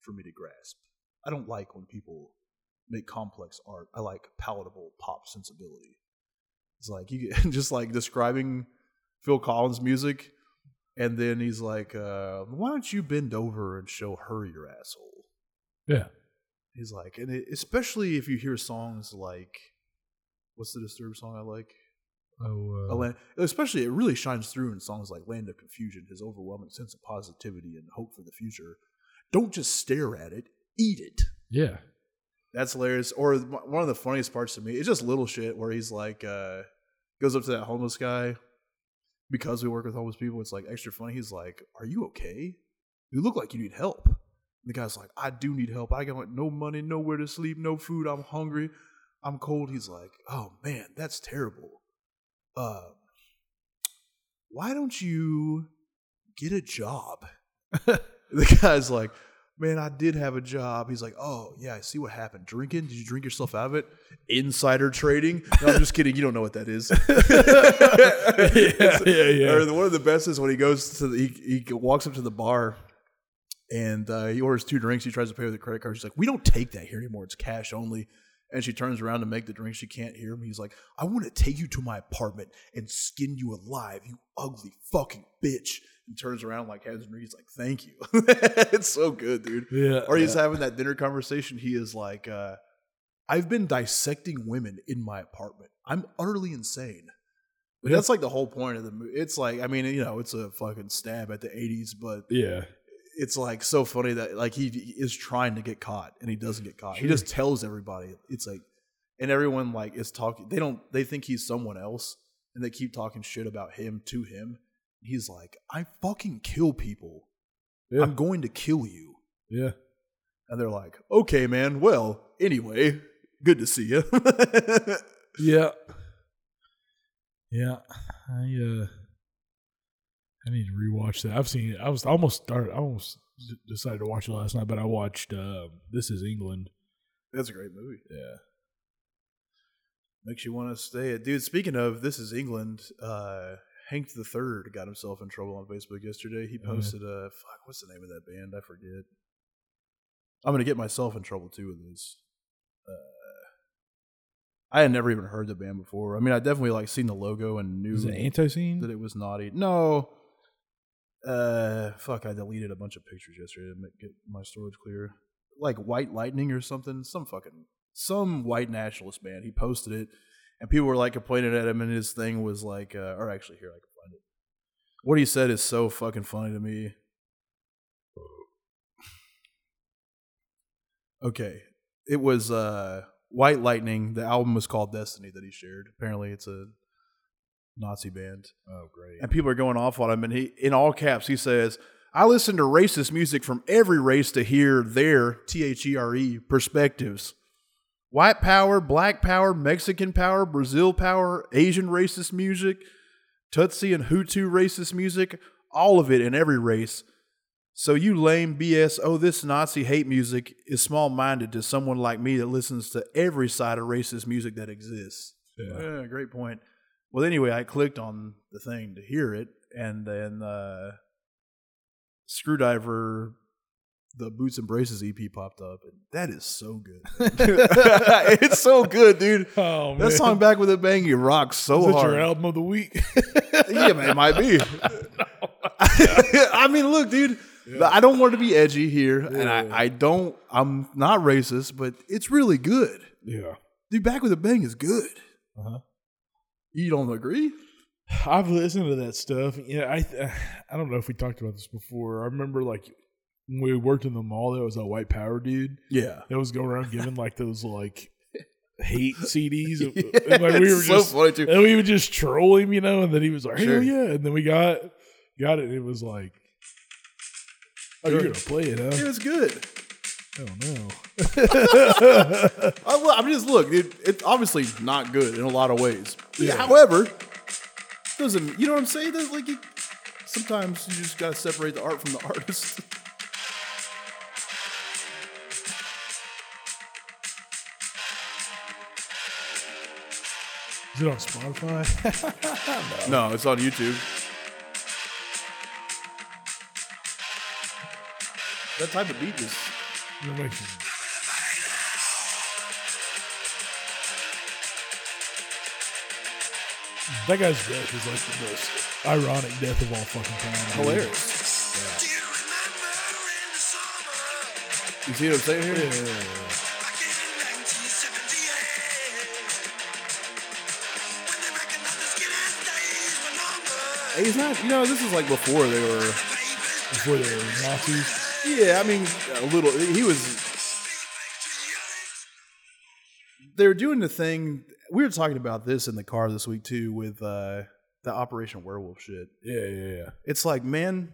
for me to grasp. I don't like when people make complex art. I like palatable pop sensibility. It's like you get, <laughs> just like describing Phil Collins music, and then he's like, uh, "Why don't you bend over and show her your asshole?"
Yeah.
He's like, and it, especially if you hear songs like, "What's the Disturbed song I like?"
Oh,
A
uh,
land, especially it really shines through in songs like land of confusion his overwhelming sense of positivity and hope for the future don't just stare at it eat it <laughs>
yeah. <laughs>
that's hilarious or m- one of the funniest parts to me it's just little shit where he's like uh goes up to that homeless guy because we work with homeless people it's like extra funny he's like are you okay you look like you need help and the guy's like i do need help i got no money nowhere to sleep no food i'm hungry i'm cold he's like oh man that's terrible uh why don't you get a job? <laughs> the guy's like, man, I did have a job. He's like, oh, yeah, I see what happened. Drinking? Did you drink yourself out of it? Insider trading? No, I'm just kidding. You don't know what that is. <laughs>
Yeah, yeah, yeah.
Or the- one of the best is when he goes to the, he, he walks up to the bar and uh, he orders two drinks. He tries to pay with a credit card. She's like, we don't take that here anymore. It's cash only. And she turns around to make the drink. She can't hear him. He's like, I want to take you to my apartment and skin you alive, you ugly fucking bitch. And turns around like has and he's like, thank you. <laughs> it's so good, dude.
Yeah.
Or he's having that dinner conversation. He is like, uh, I've been dissecting women in my apartment. I'm utterly insane. But
Yeah.
that's like the whole point of the movie. It's like, I mean, you know, it's a fucking stab at the 80s, but
yeah.
it's like so funny that like he is trying to get caught and he doesn't get caught. He
Sure.
just tells everybody. It's like, and everyone like is talking. They don't. They think he's someone else, and they keep talking shit about him to him. He's like, I fucking kill people.
Yeah.
I'm going to kill you.
Yeah.
And they're like, okay, man. Well, anyway, good to see <laughs> you.
Yeah. Yeah. I uh I need to rewatch that. I've seen it. I was I almost started I almost d- decided to watch it last night, but I watched uh, This Is England.
That's a great movie.
Yeah.
Makes you want to stay. Dude, speaking of, this is England. Uh, Hank the Third got himself in trouble on Facebook yesterday. He
Oh, yeah.
posted a fuck. What's the name of that band? I forget. I'm gonna get myself in trouble too with this. Uh, I had never even heard the band before. I mean, I definitely like seen the logo and knew
Is it anti scene?
that it was naughty. No. Uh, fuck! I deleted a bunch of pictures yesterday to make, get my storage clear. Like White Lightning or something. Some fucking some white nationalist band. He posted it, and people were like complaining at him. And his thing was like, uh, or actually, here I can find it. What he said is so fucking funny to me. <sighs> Okay, it was uh, White Lightning. The album was called Destiny that he shared. Apparently, it's a Nazi band.
Oh great.
And people are going off on him. And he, in all caps, he says, I listen to racist music from every race to hear their T H E R E perspectives. White power, black power, Mexican power, Brazil power, Asian racist music, Tutsi and Hutu racist music, all of it in every race. So you lame BS, oh, this Nazi hate music is small minded to someone like me that listens to every side of racist music that exists. Yeah, great point. Well, anyway, I clicked on the thing to hear it, and then uh, Screwdriver, the Boots and Braces EP popped up, and that is so
<laughs>
good. <laughs> it's so good, dude.
Oh,
That song "Back with a Bang" you rocks so
Is that
hard.
your album of the week?
<laughs>
<laughs>
yeah, man, it might be. <laughs> I mean, look, dude. I don't want to be edgy here, and I, I don't. I'm not racist, but it's really good.
yeah.
Dude, "Back with a Bang" is good.
Uh-huh.
You don't agree?
I've listened to that stuff. Yeah, I th- I don't know if we talked about this before. I remember like when we worked in the mall, there was a white power dude
<laughs> Yeah.
that was going around giving like those like
<laughs>
hate CDs. and, like we were
It's so
just
funny too.
and we would just troll him, you know, and then he was like, Hell
Sure.
yeah. And then we got got it and it was like Oh, you're gonna play it,
It
huh?
was good.
I don't know.
I, well, I mean, just look, dude. It's obviously not good in a lot of ways. However, doesn't you know what I'm saying? That's like you, sometimes you just gotta separate the art from the <laughs> artist.
Is it on Spotify? <laughs>
No, it's on YouTube. That type of beat is.
That makes you- That guy's death is like the most ironic death of all fucking time. dude.
Hilarious. You see what I'm saying here? Hey, He's not. You know, this is like before they were.
Before they were Nazis.
Yeah, I mean, a little. He was. They were doing the thing. We were talking about this in the car this week too, with uh, the Operation Werewolf shit.
Yeah, yeah, yeah.
It's like, man.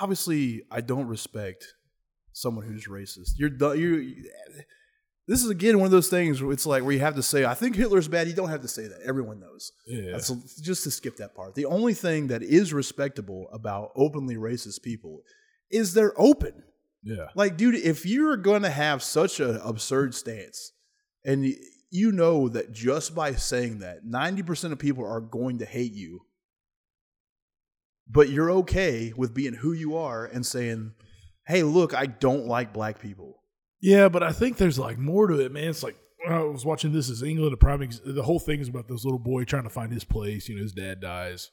Obviously, I don't respect someone who's racist. You're du- you. This is again one of those things where it's like where you have to say, "I think Hitler's bad." You don't have to say that. Everyone knows.
Yeah.
That's just to skip that part. The only thing that is respectable about openly racist people is they're open.
yeah.
Like, dude, if you're going to have such an absurd stance, and y- you know that just by saying that, 90% of people are going to hate you, but you're okay with being who you are and saying, hey, look, I don't like black people.
Yeah, but I think there's like more to it, man. It's like I was watching this is England, a prime ex- the whole thing is about this little boy trying to find his place. You know, his dad dies,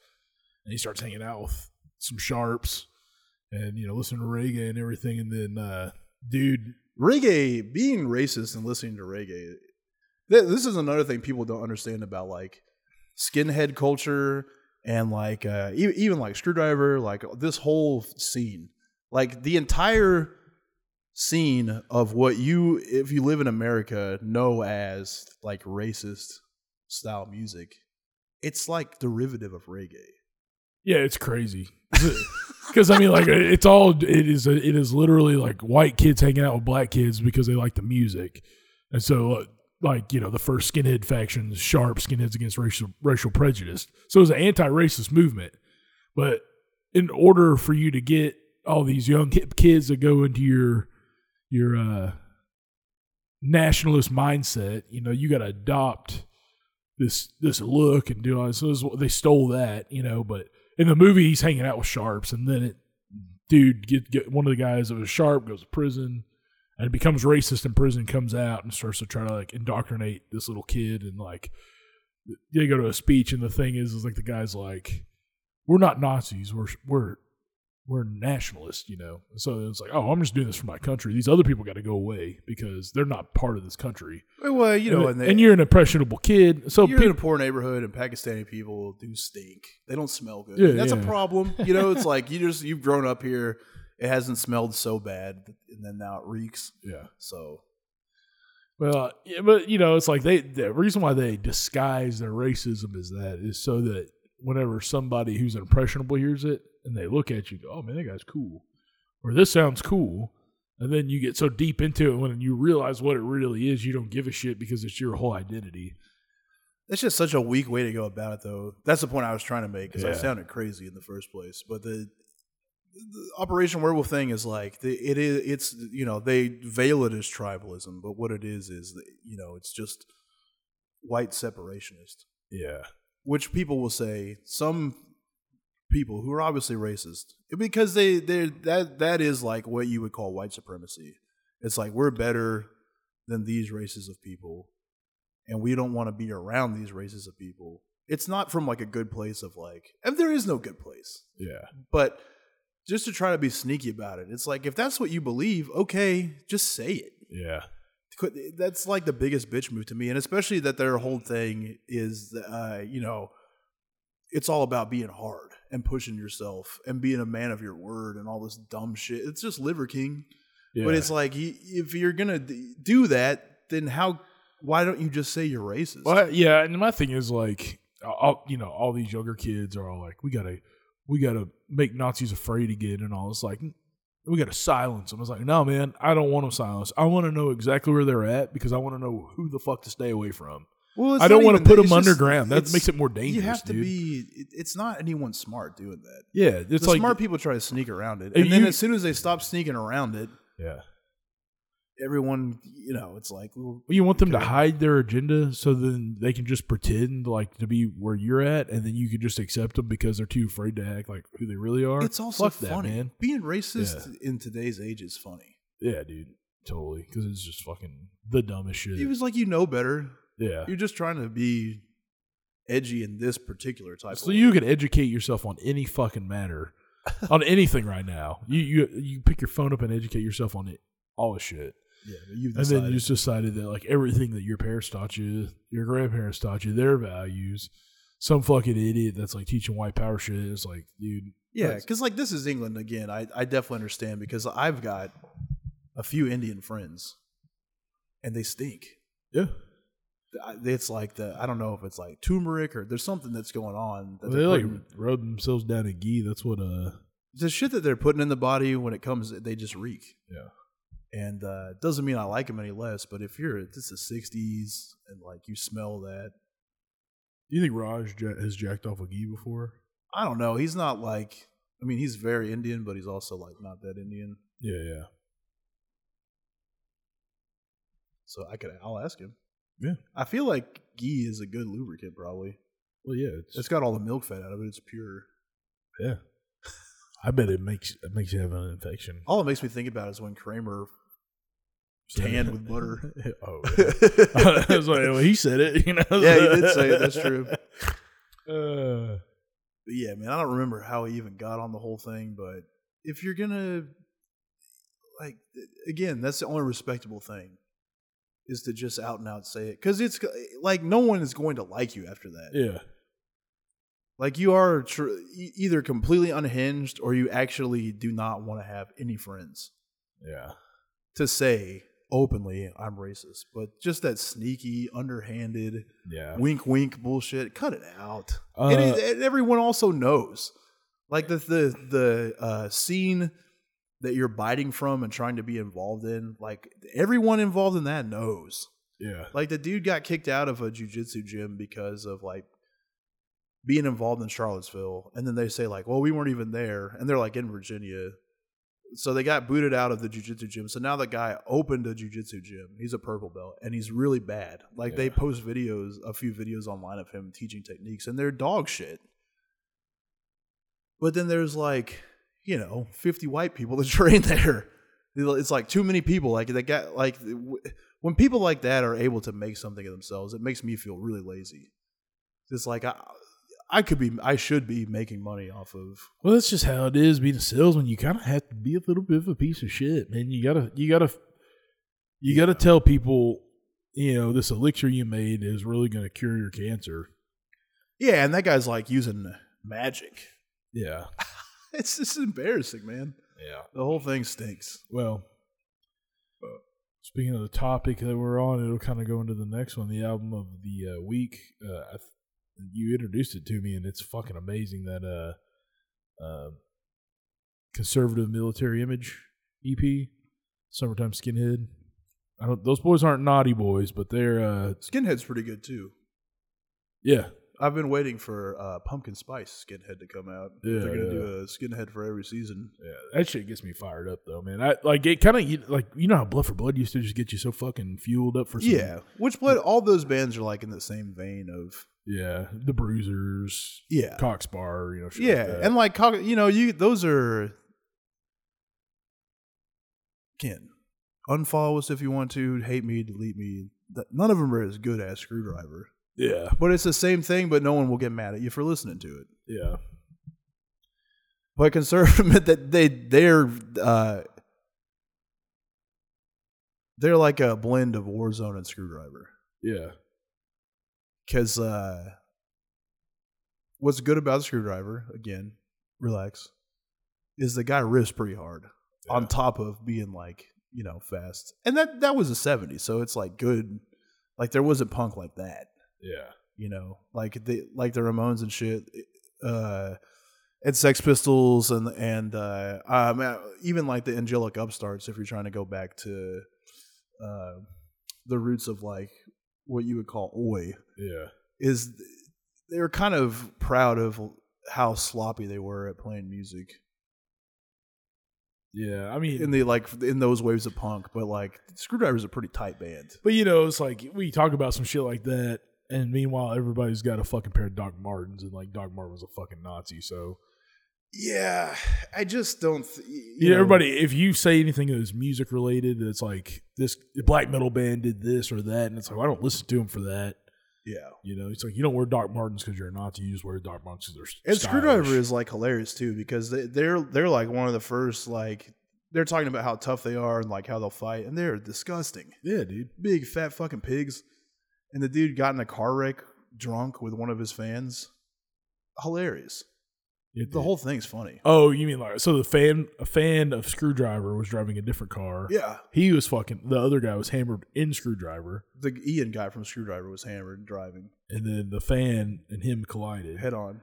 and he starts hanging out with some sharps, and you know, listening to reggae and everything. And then, uh, dude,
reggae being racist and listening to reggae th- this is another thing people don't understand about like skinhead culture and like uh, e- even like screwdriver like this whole scene like the entire scene of what you if you live in america know as like racist style music it's like derivative of reggae
yeah, it's crazy. <laughs> Because I mean, like it's all it is. It is literally like white kids hanging out with black kids because they like the music, and so. Uh, like you know, the first skinhead factions, sharp skinheads against racial racial prejudice. So it was an anti-racist movement. But in order for you to get all these young hip kids to go into your your uh, nationalist mindset, you know, you got to adopt this this look and do all this. So this is what- they stole that, you know. But in the movie, he's hanging out with sharps, and then it dude get, get one of the guys that was sharp goes to prison. And becomes racist in prison, comes out and starts to try to like indoctrinate this little kid. And like, they go to a speech, and the thing is, is like the guy's like, we're not Nazis. We're we're we're nationalists, you know. So it's like, oh, I'm just doing this for my country. These other people got to go away because they're not part of this country.
well you know
and,
and,
you're an impressionable kid. So
you're in a
people,
poor neighborhood and Pakistani people do stink. They don't smell good.
Yeah,
That's a
yeah.
problem. You know,
<laughs>
it's like you just you've grown up here. It hasn't smelled so bad, and then now it reeks.
yeah.
So
Well, yeah, but you know, it's like they the reason why they disguise their racism is that is so that whenever somebody who's impressionable hears it and they look at you, go, oh man, that guy's cool, or this sounds cool, and then you get so deep into it when you realize what it really is, you don't give a shit because it's your whole identity.
that's just such a weak way to go about it, though. That's the point I was trying to make because I
Yeah.
sounded crazy in the first place. But the the Operation Werewolf thing is like the- it is. It's you know they veil it as tribalism, but what it is is that, you know it's just white separationist,
Yeah.
which people will say some people who are obviously racist because they they that that is like what you would call white supremacy. It's like we're better than these races of people, and we don't want to be around these races of people. It's not from like a good place of like, and there is no good place
Yeah.
but just to try to be sneaky about it it's like if that's what you believe okay just say it
Yeah.
Quit- that's like the biggest bitch move to me and especially that their whole thing is uh, you know it's all about being hard and pushing yourself and being a man of your word and all this dumb shit it's just liver king
Yeah.
but it's like y- if you're gonna d- do that then how why don't you just say you're racist
Well, yeah, and my thing is like, all, you know, all these younger kids are all like, we gotta, we gotta make Nazis afraid again, and all. It's like, we gotta silence them. I was like, no, man, I don't want them silenced. I want to know exactly where they're at because I want to know who the fuck to stay away from.
Well, it's
I don't
not
want to
even that,
put them
it's just-
underground. That
it's-
makes it more dangerous.
you have to
dude.
be it, it's not anyone smart doing that
yeah. It's
the
like
smart people try to sneak around it,
If
and then
you-
as soon as they stop sneaking around it,
yeah.
everyone, you know, it's like, well,
Well, you want them to hide their agenda so then they can just pretend like to be where you're at, and then you can just accept them because they're too afraid to act like who they really are.
it's also
Fuck
funny.
that, man.
Being racist in today's age is funny.
Yeah, dude, totally. Because it's just fucking the dumbest shit.
It was like you know better.
yeah.
You're just trying to be edgy in this particular type.
So
of
you could educate yourself on any fucking matter,
<laughs>
on anything right now. You you you pick your phone up and educate yourself on it, all this shit.
yeah, but you've
And
decided.
then you just decided that like everything that your parents taught you, your grandparents taught you, their values. Some fucking idiot that's like teaching white power shit. It's like, dude,
yeah, because like this is England again. I I definitely understand because I've got a few Indian friends, and they stink.
yeah,
I- It's like the I don't know if it's like turmeric or there's something that's going on. That
they
they're
like
putting-
rub themselves down in ghee. That's what uh,
the shit that they're putting in the body when it comes, they just reek.
Yeah.
And uh, it doesn't mean I like them any less, but if you're it's the '60s and like you smell that,
you think Raj ja- has jacked off a ghee before?
I don't know. He's not like, I mean, he's very Indian, but he's also like not that Indian.
Yeah, yeah,
So I could, I'll ask him.
Yeah.
I feel like ghee is a good lubricant, probably.
well, yeah. It's,
It's got all the milk fat out of it. It's pure.
I bet it makes it makes you have an infection.
All it makes me think about is when Kramer tanned with
<laughs>
butter.
oh, yeah. I was like, well, he said it, you know.
Yeah, he did say it, that's true.
<laughs> Uh,
But yeah, man, I don't remember how he even got on the whole thing, but if you're gonna like again, that's the only respectable thing is to just out and out say it because it's like no one is going to like you after that.
yeah,
Like you are tr- e- either completely unhinged or you actually do not want to have any friends
yeah,
to say openly I'm racist, but just that sneaky, underhanded,
yeah.
wink wink bullshit. Cut it out.
Uh,
and, it- and everyone also knows, like the the the uh, scene that you're biting from and trying to be involved in. Like everyone involved in that knows.
yeah,
Like the dude got kicked out of a jujitsu gym because of like being involved in Charlottesville, and then they say like, "Well, we weren't even there," and they're like in Virginia. So they got booted out of the jujitsu gym. So now the guy opened a jujitsu gym. He's a purple belt, and he's really bad. Like they
Yeah.
post videos, a few videos online of him teaching techniques, and they're dog shit. But then there's like, you know, 50 white people <laughs> that train there. It's like too many people. Like they got like when people like that are able to make something of themselves, it makes me feel really lazy. It's like I, I could be, I should be making money off of.
Well, that's just how it is being a salesman. You kind of have to be a little bit of a piece of shit, man. You gotta, you gotta, you gotta tell people, you know, this elixir you made is really gonna cure your cancer.
Yeah, and that guy's like using magic. <laughs>
Yeah,
It's just embarrassing, man.
yeah.
The whole thing stinks.
Well, speaking of the topic that we're on, it'll kind of go into the next one, the album of the uh, week. Uh, I th- you introduced it to me, and it's fucking amazing that uh, uh, conservative military image EP, summertime skinhead. I don't. Those boys aren't naughty boys, but they're uh,
Skinhead's pretty good too.
yeah.
I've been waiting for uh, Pumpkin Spice Skinhead to come out.
Yeah,
They're gonna
yeah.
do a Skinhead for every season.
Yeah, that shit gets me fired up though, man. I like it. Kind of like you know how Blood for Blood used to just get you so fucking fueled up for some,
Yeah, which what all those bands are like in the same vein of
yeah, the Bruisers,
yeah,
Cox Bar, you know, shit
yeah,
like that.
and like cock- you know you those are Ken. Unfollow us if you want to. Hate me, delete me. Th- None of them are as good as Screwdriver,
yeah,
but it's the same thing. But no one will get mad at you for listening to it.
yeah,
But conservative <laughs> that they they're uh, they're like a blend of Warzone and Screwdriver.
yeah,
Because uh, what's good about Screwdriver, again, relax, is the guy riffs pretty hard on top of being like, you know, fast. And that, that was the 70s, so it's like good. Like there wasn't punk like that,
yeah,
you know, like the, like the Ramones and shit. Uh, and Sex Pistols and and uh, um, even like the angelic upstarts, if you're trying to go back to uh, the roots of like what you would call oi,
yeah,
is th- they were kind of proud of how sloppy they were at playing music
yeah. I mean,
in the like in those waves of punk but like screwdriver's a pretty tight band
But you know, it's like we talk about some shit like that, and meanwhile, everybody's got a fucking pair of Doc Martens, and like Doc Martin was a fucking Nazi. So
yeah i just don't th- you
you know, everybody, if you say anything that is music related, that's like this black metal band did this or that, and it's like well, I don't listen to them for that.
yeah
You know, it's like you don't wear Doc Martens because you're a Nazi. You just wear Doc Martens because they're
and
stylish.
screwdriver is like hilarious too because they, they're they're like one of the first like they're talking about how tough they are and like how they'll fight and they're disgusting
yeah, dude.
big fat fucking pigs and the dude got in a car wreck drunk with one of his fans hilarious
Yeah,
the
dude.
whole thing's funny
Oh, you mean like so the fan a fan of Screwdriver was driving a different car.
yeah
He was fucking the other guy was hammered in Screwdriver,
the Ian guy from Screwdriver was hammered driving
and then the fan and him collided.
head on.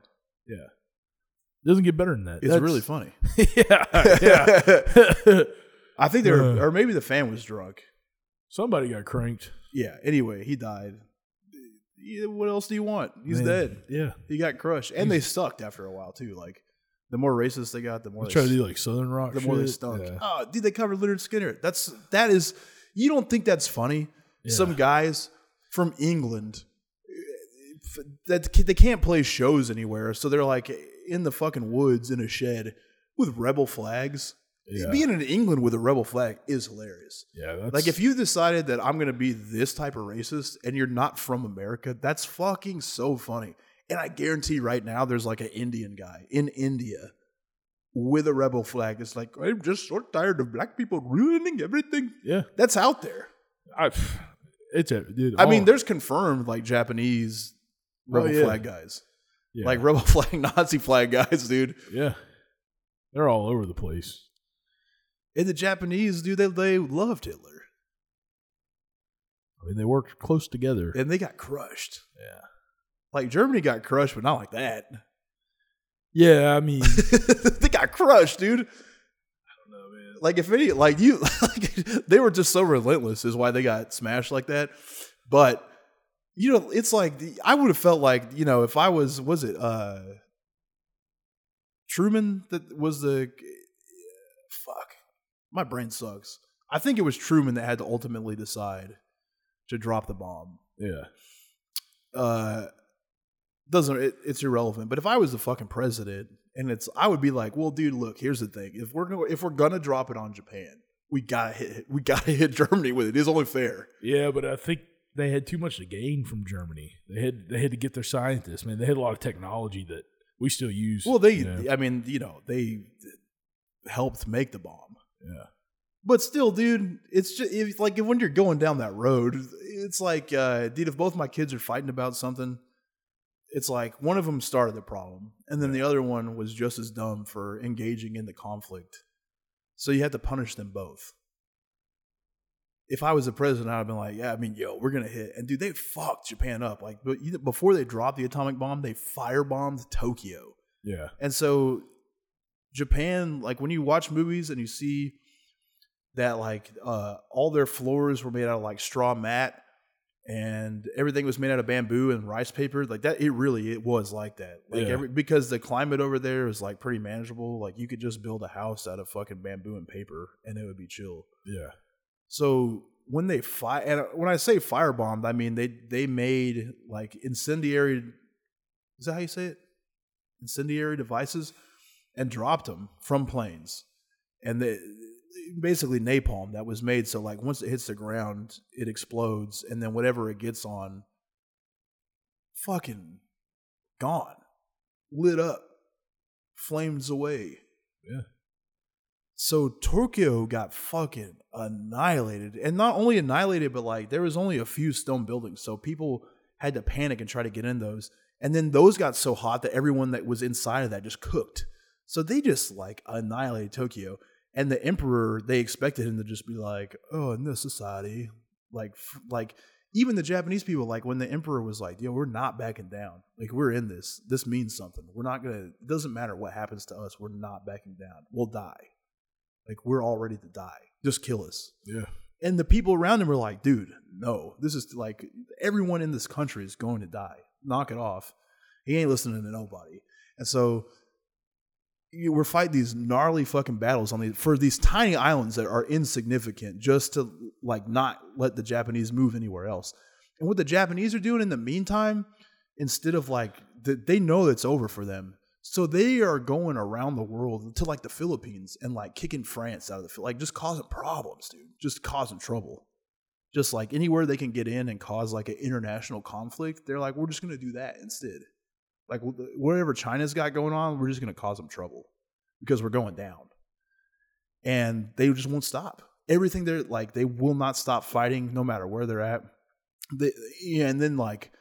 doesn't get better than that.
It's
That's- <laughs>
really <laughs> funny.
yeah, yeah. <laughs>
I think they were,
Uh.
or maybe the fan was drunk.
Somebody got cranked.
Yeah. Anyway, he died. Yeah, What else do you want? He's
Man,
dead.
Yeah,
He got crushed, and they sucked after a while too. Like the more racist they got, the more
we
they,
try to do like Southern Rock.
the more they
shit.
stunk.
Yeah.
Oh, dude, they covered Leonard Skinner. That's that is. You don't think that's funny?
Yeah.
Some guys from England eh, that they can't play shows anywhere, so they're like in the fucking woods in a shed with rebel flags.
Yeah.
Being in England with a rebel flag is hilarious.
Yeah, that's,
Like if you decided that I'm gonna be this type of racist and you're not from America, that's fucking so funny. And I guarantee right now there's like an Indian guy in India with a rebel flag that's like, I'm just so tired of black people ruining everything.
yeah,
That's out there.
I, <sighs> it's a dude.
I mean,
all-
there's confirmed like Japanese rebel
Oh. yeah.
flag guys.
yeah,
Like rebel <laughs> flag, Nazi flag guys, dude.
yeah, they're all over the place.
And the Japanese, dude, they, they loved Hitler.
I mean, they worked close together.
And they got crushed.
Yeah.
Like Germany got crushed, but not like that.
yeah, I mean, <laughs>
<laughs> they got crushed, dude. Like if any, like you, <laughs> like, they were just so relentless is why they got smashed like that. But you know, it's like the- I would have felt like you know if I was was it uh Truman that was the fuck my brain sucks. I think it was Truman that had to ultimately decide to drop the bomb.
yeah,
Uh, doesn't it, it's irrelevant. But if I was the fucking president, and it's I would be like, well, dude, look, here's the thing: if we're gonna, if we're gonna drop it on Japan, we gotta hit we gotta <laughs> hit Germany with it. It's only fair.
yeah, but I think they had too much to gain from Germany. They had they had to get their scientists. Man, they had a lot of technology that we still use.
Well, they,
you know?
I mean, you know, they helped make the bomb.
Yeah.
But still, dude, it's just if, like when you're going down that road, it's like, uh, dude, if both my kids are fighting about something, it's like one of them started the problem, and then the other one was just as dumb for engaging in the conflict. So you have to punish them both. If I was the president, I'd have been like, yeah, I mean, yo, we're gonna hit, and dude, they fucked Japan up. Like, but you- before they dropped the atomic bomb, they firebombed Tokyo.
yeah,
And so Japan, like when you watch movies and you see that like uh all their floors were made out of like straw mat and everything was made out of bamboo and rice paper like that it really it was like that like
Yeah.
every because the climate over there is like pretty manageable like you could just build a house out of fucking bamboo and paper and it would be chill
Yeah.
so when they fire, and uh, when I say firebombed, I mean they they made like incendiary. Is that how you say it? Incendiary devices, and dropped them from planes, and they basically napalm that was made. So like once it hits the ground, it explodes, and then whatever it gets on, fucking gone, lit up, flames away. So Tokyo got fucking annihilated, and not only annihilated, but like there was only a few stone buildings, so people had to panic and try to get in those. And then those got so hot that everyone that was inside of that just cooked. So they just like annihilated Tokyo. And the emperor, they expected him to just be like, "Oh, in this society, like, f- like even the Japanese people, like when the emperor was like, "Yo, we're not backing down. Like, we're in this. This means something. We're not gonna. It doesn't matter what happens to us. We're not backing down. We'll die." Like we're all ready to die. Just kill us.
Yeah.
And the people around him were like, dude, no, this is like everyone in this country is going to die. Knock it off. He ain't listening to nobody. And so you, we're fighting these gnarly fucking battles on these for these tiny islands that are insignificant just to like not let the Japanese move anywhere else. And what the Japanese are doing in the meantime, instead of like th- they know it's over for them, so they are going around the world to like the Philippines and like kicking France out of the Phil- like just causing problems, dude. Just causing trouble. Just like anywhere they can get in and cause like an international conflict, they're like, we're just gonna do that instead. Like wh- whatever China's got going on, we're just gonna cause them trouble because we're going down. And they just won't stop. Everything they're like, they will not stop fighting no matter where they're at. They, yeah, and then like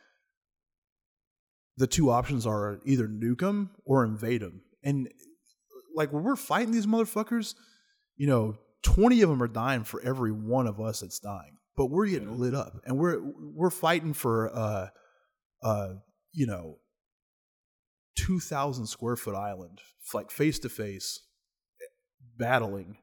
the two options are either nuke them or invade them. And like when we're fighting these motherfuckers, you know, 20 of them are dying for every one of us that's dying. But we're getting lit up and we're we're fighting for uh uh you know 2000 square foot island like face to face battling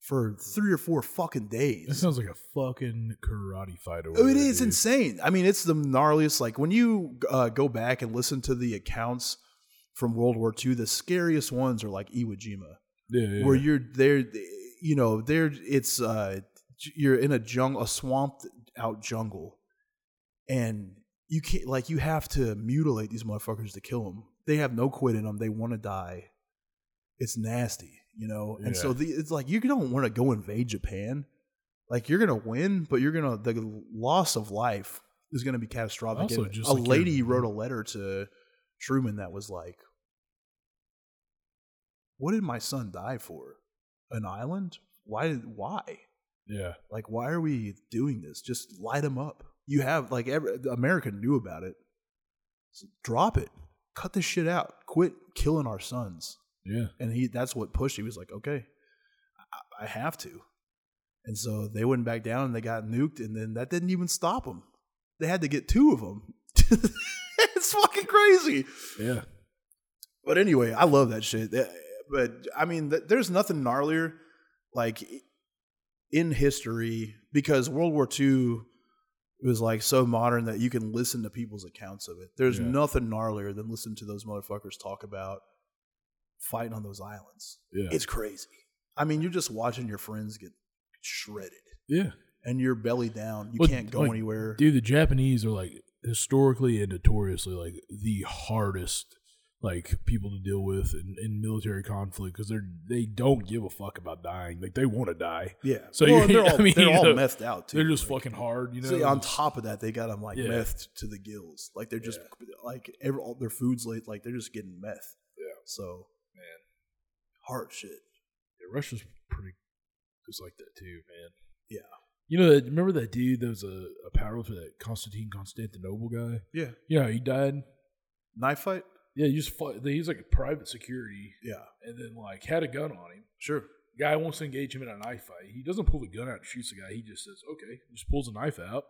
for 3 or 4 fucking days.
That sounds like a fucking karate fight. Over
Oh, it
there,
is
dude.
insane. I mean, it's the gnarliest. Like when you uh, go back and listen to the accounts from World War II, the scariest ones are like Iwo Jima,
Yeah, yeah.
where you're there. You know, there it's uh, j- you're in a jungle, a swamped out jungle, and you can't like you have to mutilate these motherfuckers to kill them. They have no quit in them. They want to die. It's nasty, you know. And so
Yeah.
the, it's like you don't want to go invade Japan like you're gonna win, but you're gonna the loss of life is gonna be catastrophic.
Also,
And
just
a
like your-
lady wrote a letter to Truman that was like, "What did my son die for? An island? Why? Why?
yeah.
Like, why are we doing this? Just light him up. You have like every America knew about it. So drop it. Cut this shit out. Quit killing our sons."
Yeah.
and he that's what pushed. He was like, okay, I, I have to. And so they went back down and they got nuked, and then that didn't even stop them. They had to get two of them. <laughs> it's fucking crazy.
Yeah.
But anyway, I love that shit. That- But I mean, th- there's nothing gnarlier like in history because World War II was like so modern that you can listen to people's accounts of it. There's
Yeah.
nothing gnarlier than listening to those motherfuckers talk about fighting on those islands.
Yeah.
It's crazy. I mean, you're just watching your friends get shredded
yeah.
and you're belly down. You
Well,
can't go
like,
anywhere.
Dude, the Japanese are like historically and notoriously like the hardest like people to deal with in, in military conflict because they're they don't give a fuck about dying. Like they want to die.
yeah.
So
Well,
you- <laughs>
and they're all,
I mean,
they're all
you know,
methed out too.
They're just
Like,
fucking hard, you know.
See, on top of that, they got them like
Yeah.
methed to the gills. Like they're just like every, all their food's late. Like they're just getting meth.
Yeah.
So man, hard shit.
Yeah, Russia's pretty just like that too, man.
Yeah.
You know, that- remember that dude that was a, a powerlifter, that Constantine Constantinople guy?
Yeah.
Yeah, he died.
Knife fight.
Yeah, he just fought, he was like a private security
Yeah.
and then like had a gun on him.
Sure.
Guy wants to engage him in a knife fight. He doesn't pull the gun out and shoots the guy. He just says, okay, just pulls a knife out.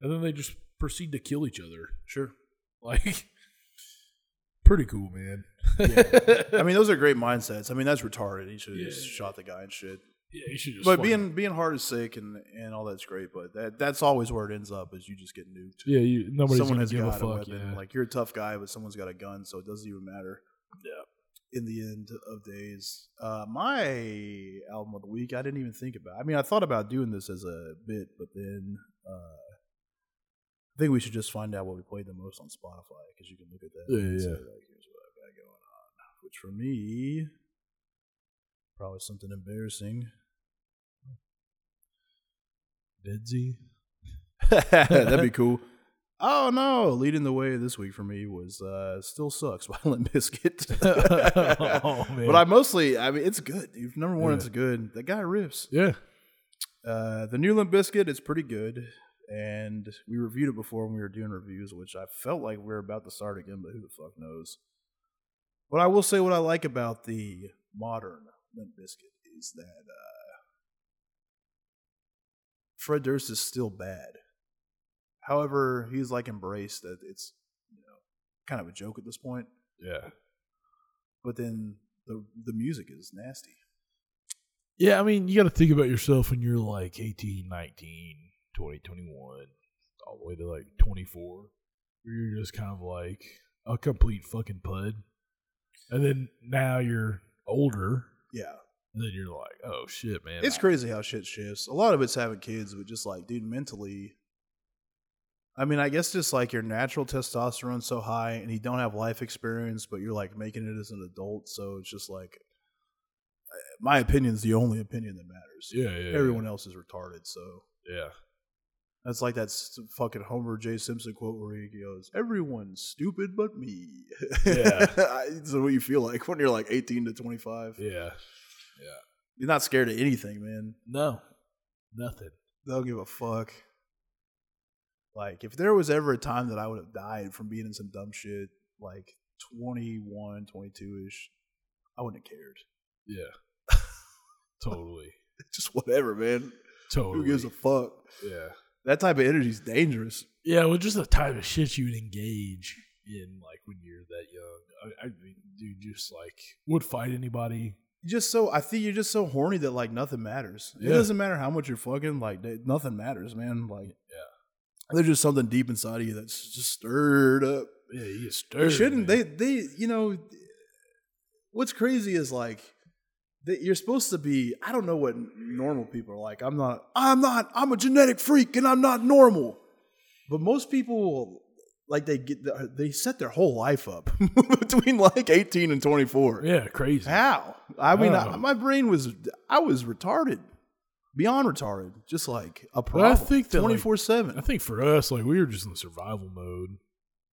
And then they just proceed to kill each other.
Sure.
<laughs> Like, pretty cool, man.
I mean, those are great mindsets. I mean, that's retarded. He should have
Yeah.
just shot the guy and shit.
<laughs> Yeah, you should just.
But
fucking-
being being hard as sick and and all that's great, but that that's always where it ends up is you just get nuked.
yeah, you, nobody's
Someone
gonna
has
give a
got a,
fuck.
weapon.
yeah.
Like you're a tough guy, but someone's got a gun, so it doesn't even matter. Yeah. In the end of days, uh, my album of the week, I didn't even think about. I mean, I thought about doing this as a bit, but then uh, I think we should just find out what we played the most on Spotify because you can look at that.
Yeah,
and
yeah.
say, like, here's what I've got going on. Which for me, probably something embarrassing.
Deadsy.
That'd
<laughs>
be cool. Oh no! Leading the way this week for me was uh, "Still Sucks" by <laughs> Limp
<laughs>
Bizkit.
Oh, man.
But I mostly, I mean, it's good, dude. Number one,
Yeah.
it's good. That guy rips.
Yeah.
Uh, the new Limp Bizkit is pretty good, and we reviewed it before when we were doing reviews, which I felt like we were about to start again, but who the fuck knows? But I will say what I like about the modern Limp Bizkit is that uh, Fred Durst is still bad. However, he's like embraced that it's you know kind of a joke at this point
Yeah.
but then the the music is nasty.
Yeah, I mean, you got to think about yourself when you're like 18, 19, 20, 21, all the way to like 24, where you're just kind of like a complete fucking pud. And then now you're older,
Yeah,
and then you're like, oh shit, man.
it's crazy how shit shifts. A lot of it's having kids, but just like, dude, mentally. I mean, I guess just like your natural testosterone's so high, and you don't have life experience, but you're like making it as an adult, so it's just like, my opinion's the only opinion that matters.
Yeah, yeah. yeah.
Everyone else is retarded, so
Yeah.
that's like that s- fucking Homer J. Simpson quote where he goes, "Everyone's stupid but me." <laughs>
Yeah.
so what you feel like when you're like 18 to 25?
Yeah.
You're not scared of anything, man.
No. Nothing.
They don't give a fuck. Like, if there was ever a time that I would have died from being in some dumb shit, like 21, 22 ish, I wouldn't have cared. <laughs>
Yeah. <laughs> totally.
Just whatever, man.
Totally.
Who gives a fuck?
yeah.
That type of energy is dangerous.
Yeah, well, just the type of shit you would engage in, like when you're that young. I, I mean, dude, just like would fight anybody.
You're Just so, I think you're just so horny that, like, nothing matters. It
Yeah.
doesn't matter how much you're fucking, like, th- nothing matters, man. Like, There's just something deep inside of you that's just stirred up.
Yeah, you get
They
stirred.
shouldn't
man.
they they you know what's crazy is like that you're supposed to be i don't know what normal people are like i'm not i'm not i'm a genetic freak and i'm not normal but most people like they get they set their whole life up <laughs> between like 18 and 24
Yeah, crazy.
how i mean I-
Oh.
my brain was i was retarded beyond retarded just like a
Well, I
problem
think that, like-
24-7
I think for us, like we were just in survival mode,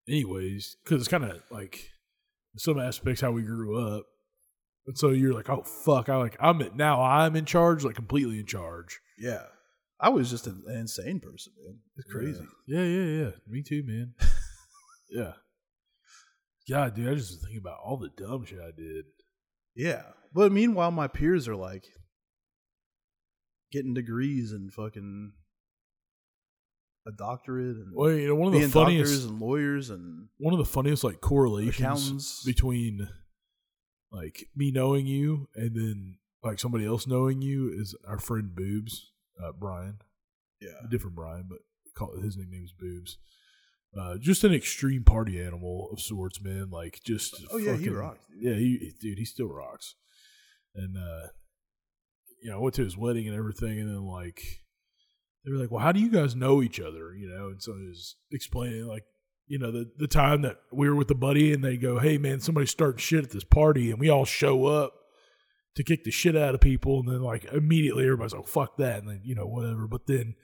anyways, because it's kind of like in some aspects how we grew up, and so you're like, oh fuck, I like I'm in, now I'm in charge, like completely in charge.
yeah i was just an insane person man it's crazy
Yeah, yeah, yeah. Me too,
<laughs>
man. yeah. God, dude, I just was thinking about all the dumb shit I did.
Yeah. But meanwhile, my peers are like getting degrees and fucking a doctorate and
Well, you know, one of
being
the funniest,
doctors and lawyers and
one of the funniest like correlations
Accountants.
between like me knowing you and then like somebody else knowing you is our friend Boobs, uh, Brian,
yeah.
<laughs> a different Brian, but call, his nickname is Boobs. Uh, just an extreme party animal of sorts, man. Like just
Oh yeah, he
fucking-
rocked. dude.
Yeah, he dude, he still rocks. And uh you know, I went to his wedding and everything, and then like they were like, Well, how do you guys know each other? You know, and so he was explaining like, you know, the the time that we were with a buddy and they go, Hey man, somebody's starting shit at this party and we all show up to kick the shit out of people and then like immediately everybody's like, fuck that and then, you know, whatever. But then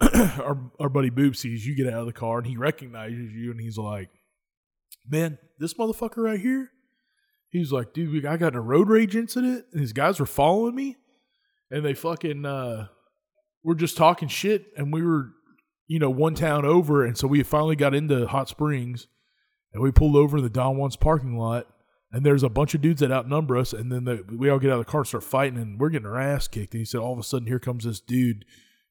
<clears throat> our our buddy Boob sees you get out of the car and he recognizes you and he's like, Man, this motherfucker right here he was like, dude, we- I got in a road rage incident, and these guys were following me, and they fucking uh, were just talking shit, and we were, you know, one town over, and so we finally got into Hot Springs, and we pulled over in the Don Juan's parking lot, and there's a bunch of dudes that outnumber us, and then the, we all get out of the car, and start fighting, and we're getting our ass kicked, and he said, all of a sudden, here comes this dude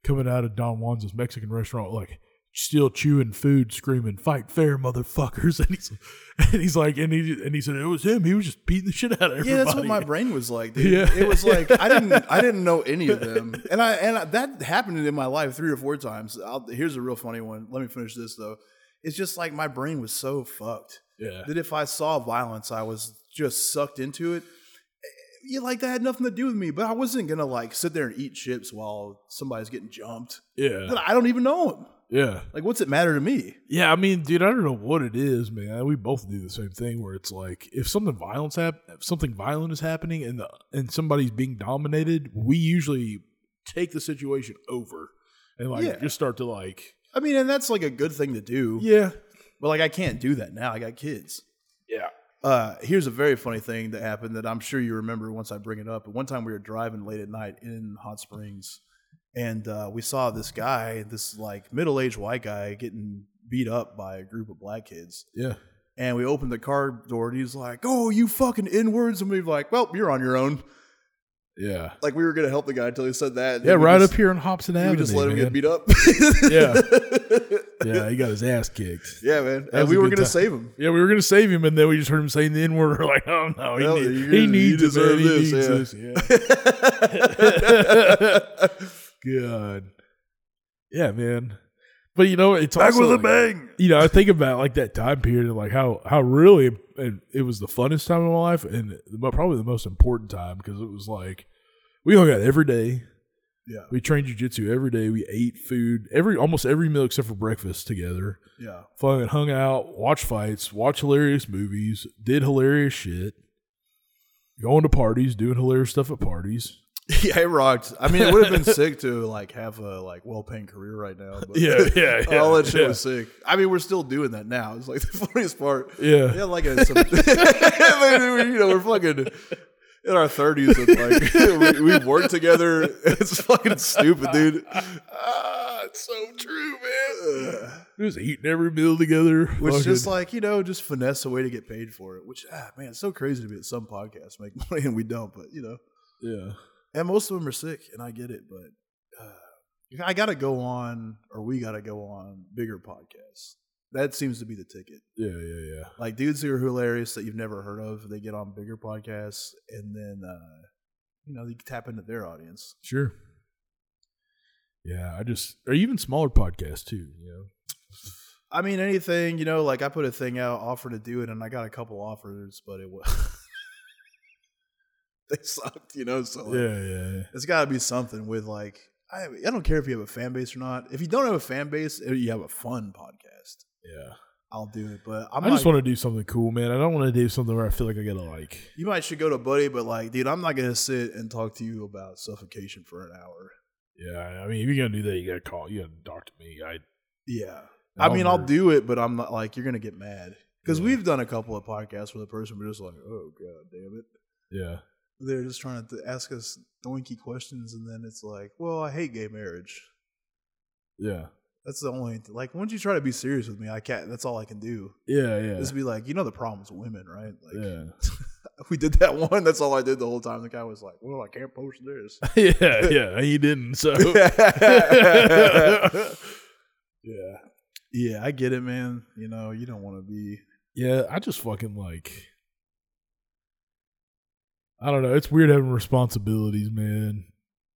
coming out of Don Juan's, this Mexican restaurant, like still chewing food, screaming "Fight fair, motherfuckers!" <laughs> And he's and he's like, and he and he said it was him. He was just beating the shit out of everybody.
Yeah, that's what my brain was like. Dude.
Yeah.
It was like I
<laughs>
didn't I didn't know any of them, and I and I, that happened in my life three or four times. I'll, here's a real funny one. Let me finish this though. It's just like my brain was so fucked
<laughs> Yeah.
that if I saw violence, I was just sucked into it. You like that had nothing to do with me, but I wasn't gonna like sit there and eat chips while somebody's getting jumped.
yeah,
But I don't even know him.
yeah.
Like, what's it matter to me?
Yeah, I mean, dude, I don't know what it is, man. We both do the same thing where it's like if something violence hap- if something violent is happening and the and somebody's being dominated, we usually take the situation over and like
Yeah.
just start to like
I mean, and that's like a good thing to do.
yeah,
But like, I can't do that now. I got kids.
yeah,
Uh, here's a very funny thing that happened that I'm sure you remember once I bring it up. But one time we were driving late at night in Hot Springs, and uh, we saw this guy, this like middle aged white guy, getting beat up by a group of black kids.
yeah,
And we opened the car door, and he's like, "Oh, you fucking n words!" And we were like, "Well, you're on your own."
yeah,
Like we were gonna help the guy until he said that. and
yeah.
we
Right
just-
up here in Hobson Avenue,
We just let him
man.
get beat up.
<laughs> Yeah. Yeah, he got his ass kicked.
<laughs> yeah, man.
That was
And we
a
were
good
gonna
time.
save
<laughs>
him.
Yeah, we were gonna save him, and then we just heard him saying the N word. <laughs> We're like, oh no, he,
Hell,
need-
you-
he
you
needs it, man.
deserve
He
this,
needs
yeah.
this. Yeah. <laughs> God. Yeah, man. But you know, it's
Back
also
with a
like-
bang.
You know, I think about like that time period, and like how how really and it was the funnest time of my life, and but probably the most important time because it was like we hung out every day.
Yeah.
we trained jujitsu every day. We ate food every almost every meal except for breakfast together
yeah. <laughs>
fucking hung out, watched fights, watched hilarious movies, did hilarious shit, going to parties, doing hilarious stuff at parties.
Yeah, it rocked. I mean, it would have been sick to like have a like well-paying career right now. But
<laughs> yeah,
<laughs> all that shit
yeah.
was sick. I mean, we're still doing that now. It's like <laughs> the funniest part.
Yeah.
Yeah, like a, some, <laughs> you know, we're fucking in our thirties. It's like <laughs> we, we work together. <laughs> It's fucking stupid, dude. Ah, it's so true, man.
We was eating every meal together.
<sighs> Which
fucking-
just like you know, just finesse a way to get paid for it. Which ah, man, it's so crazy to be at some podcasts make money and we don't. But you know,
yeah,
and most of them are sick, and I get it, but uh, I got to go on, or we got to go on bigger podcasts. That seems to be the ticket.
yeah, yeah, yeah.
Like dudes who are hilarious that you've never heard of, they get on bigger podcasts, and then uh, you know you tap into their audience.
Sure. Yeah, I just or even smaller podcasts too. You know.
I mean, anything you know, like I put a thing out, offer to do it, and I got a couple offers, but it was <laughs> they sucked, you know. So Oh, like,
Yeah, yeah, yeah.
It's got to be something with like I, I don't care if you have a fan base or not. If you don't have a fan base, eh, you have a fun podcast.
yeah.
I'll do it, but
i
I'm
just
not-
want to do something cool, man. I don't want to do something where I feel like I gotta like.
you might should go to buddy, but like, dude, I'm not gonna sit and talk to you about suffocation for an hour.
Yeah, I mean, if you're gonna do that, you gotta call. You gotta talk to me. I.
Yeah, i mean, I'll do
do.
it, but I'm not like you're gonna get mad because
Oh, Yeah.
we've done a couple of podcasts where the person was just like, oh god, damn it.
Yeah.
They're just trying to ask us doinky questions, and then it's like, well, I hate gay marriage.
Yeah.
That's the only like. Once you try to be serious with me, I can't. That's all I can do.
Yeah. Yeah.
Just be like, you know, the problem's women, right? Like,
yeah.
<laughs> we did that <laughs> one. That's all I did the whole time. The guy was like, well, I can't post
<laughs>
this.
<laughs>
<laughs>
yeah, yeah, he didn't. So yeah,
yeah, I get it, man. You know, you don't want to be.
yeah. I just fucking like. I don't know. It's weird having responsibilities, man.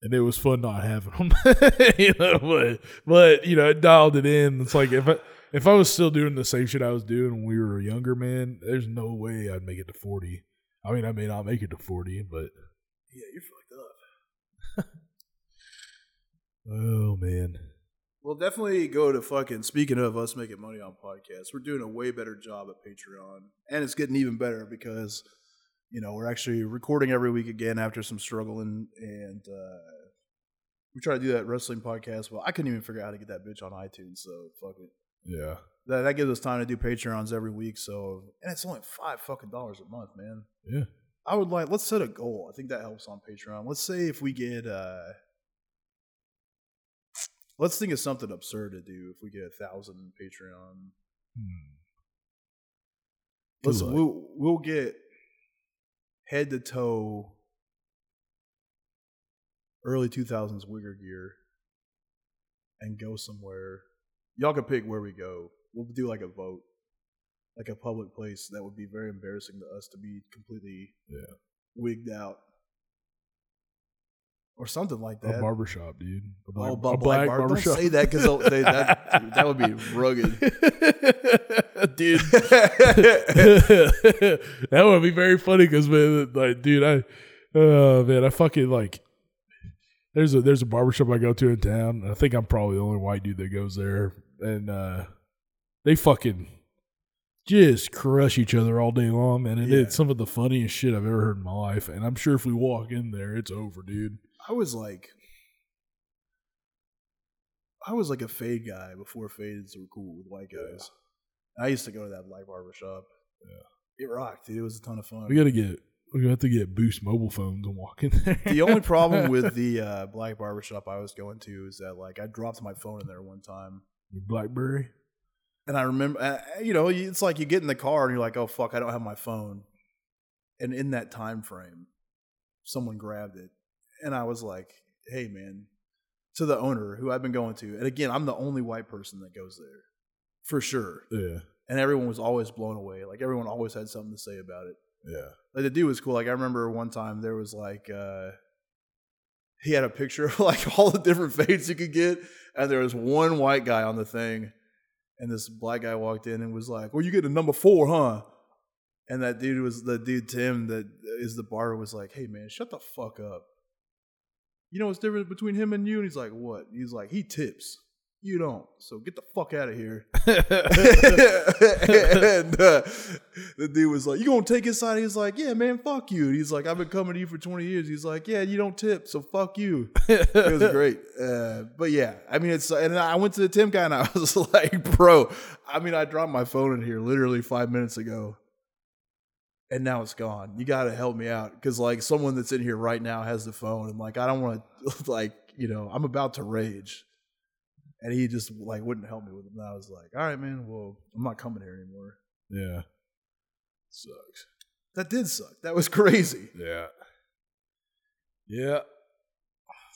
And it was fun not having them, <laughs> you know. But but you know, it dialed it in. It's like if I if I was still doing the same shit I was doing when we were younger, man, there's no way I'd make it to forty. I mean, I may not make it to forty, but
Yeah, you're fucked up.
<laughs> oh man,
Well, definitely go to fucking. Speaking of us making money on podcasts, we're doing a way better job at Patreon, and it's getting even better because you know we're actually recording every week again after some struggling, and uh, we try to do that wrestling podcast. Well, I couldn't even figure out how to get that bitch on iTunes, so fuck it.
yeah,
that, that gives us time to do Patreons every week. So, and it's only five fucking dollars a month, man.
Yeah.
I would like, let's set a goal. I think that helps on Patreon. Let's say if we get, uh, let's think of something absurd to do if we get a thousand Patreon.
Hmm. Good
Let's,
luck.
we'll, we'll get head to toe early 2000s wigger gear and go somewhere y'all can pick where we go. We'll do like a vote, like a public place that would be very embarrassing to us to be completely
Yeah.
wigged out or something like
A
that.
barbershop, dude. A
oh,
a
black, black barber.
<laughs>
Don't say that because that, dude, that would be rugged.
dude. <laughs> that would be very funny because man, like, dude, I, oh man, I fucking like. There's a there's a barbershop I go to in town. and I think I'm probably the only white dude that goes there, and uh, they fucking just crush each other all day long, man. And
Yeah.
it's some of the funniest shit I've ever heard in my life. And I'm sure if we walk in there, it's over, dude.
I was like, I was like a fade guy before fades were cool with white guys. I used to go to that black barber shop. Yeah. It rocked, dude. It was a ton of fun.
<laughs> We gotta get we have to get Boost mobile phones and walk in <laughs> there.
the only problem with the uh, black barber shop I was going to is that like I dropped my phone in there one time,
BlackBerry.
and I remember, uh, you know, it's like you get in the car and you're like, oh fuck, I don't have my phone, and in that time frame, someone grabbed it, and I was like, hey man, to the owner who I've been going to, and again, I'm the only white person that goes there, for sure,
Yeah,
and everyone was always blown away, like everyone always had something to say about it.
yeah. <laughs>
Like the dude was cool. Like I remember one time there was like uh he had a picture <laughs> of like all the different fades you could get, and there was one white guy on the thing, and this black guy walked in and was like, Well, you get a number four, huh? And that dude was the dude Tim that is the barber was like, Hey man, shut the fuck up. You know what's different between him and you? And he's like, What? He's like, He tips. You don't. So get the fuck out of here. and uh, the dude was like, "You gonna take his side?" He's like, "Yeah, man, fuck you." And he's like, "I've been coming to you for 20 years." He's like, "Yeah, you don't tip, so fuck you." It
<laughs>
was great, uh, but yeah, I mean, it's and I went to the Tim guy and I <laughs> was like, "Bro, I mean, I dropped my phone in here literally five minutes ago, and now it's gone. You gotta help me out because like someone that's in here right now has the phone, and like I don't want to <laughs> like you know I'm about to rage." and he just like wouldn't help me with it. And I was like, all right, man, well, I'm not coming here anymore.
Yeah.
Sucks. That did suck. That was <laughs> crazy.
Yeah. Yeah.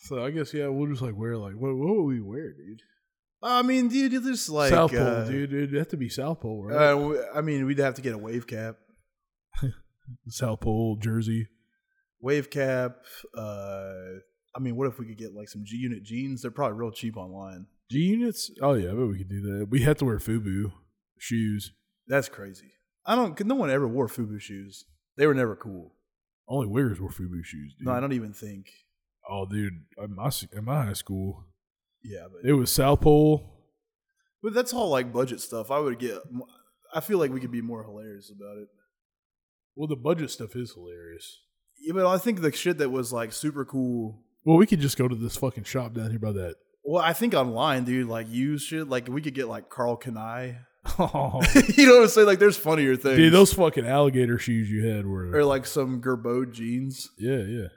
So I guess yeah, we'll just like wear like what what would we wear, dude?
I mean, dude, you just like
South Pole,
uh,
dude. It'd have to be South Pole, right?
uh, we- I mean, we'd have to get a wave cap,
South Pole jersey.
wave cap. Uh, I mean, what if we could get like some G Unit jeans? They're probably real cheap online.
G units. Oh yeah, I bet we could do that. We have to wear FUBU shoes.
That's crazy. I don't. 'cause No one ever wore Fubu shoes. They were never cool.
Only wearers wore FUBU shoes, dude.
No, I don't even think.
oh, dude, in my, s- in my high school,
Yeah, but
it was South Pole.
but that's all like budget stuff. I would get. mo- I feel like we could be more hilarious about it.
Well, the budget stuff is hilarious.
Yeah, but I think the shit that was like super cool.
Well, we could just go to this fucking shop down here
<laughs>
by that.
Well, I think online, dude, like you shit, like we could get like Carl Kanai. <laughs>
Oh,
you know what I'm saying? Like there's funnier things.
dude, those fucking alligator shoes you had were.
or like some Gerbo jeans.
yeah, yeah.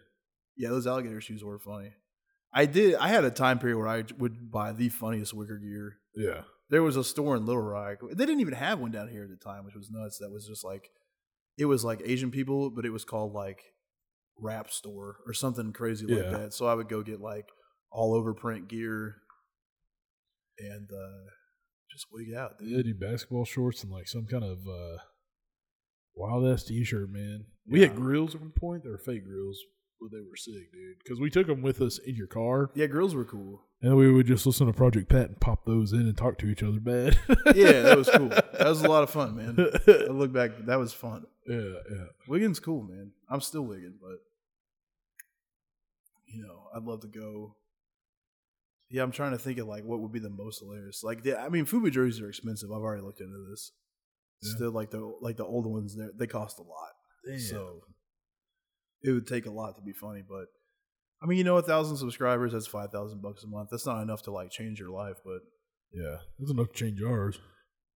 Yeah, those alligator shoes were funny. I did. I had a time period where I would buy the funniest wicker gear.
Yeah.
There was a store in Little Rock. They didn't even have one down here at the time, which was nuts. That was just like, it was like Asian people, but it was called like Rap Store or something crazy like
Yeah.
that. So I would go get like all over print gear and uh, just wig out. Dude.
Yeah, dude, basketball shorts and like some kind of uh, wild ass t shirt, man. We had grills at one point. They were fake grills, but they were sick, dude. Because we took them with us in your car,
Yeah, grills were cool.
and we would just listen to Project Pat and pop those in and talk to each other bad.
Yeah, that was
<laughs>
cool. that was a lot of fun, man. I look back, that was fun.
yeah, yeah.
Wiggins cool, man. I'm still Wiggin, but you know, I'd love to go. Yeah, I'm trying to think of like what would be the most hilarious. Like, the, I mean, Fubu jerseys are expensive. I've already looked into this.
Yeah.
Still, like the like the old ones, they they cost a lot.
Damn.
So it would take a lot to be funny, but I mean, you know, a thousand subscribers that's five thousand bucks a month. That's not enough to like change your life, but
Yeah, that's enough to change ours.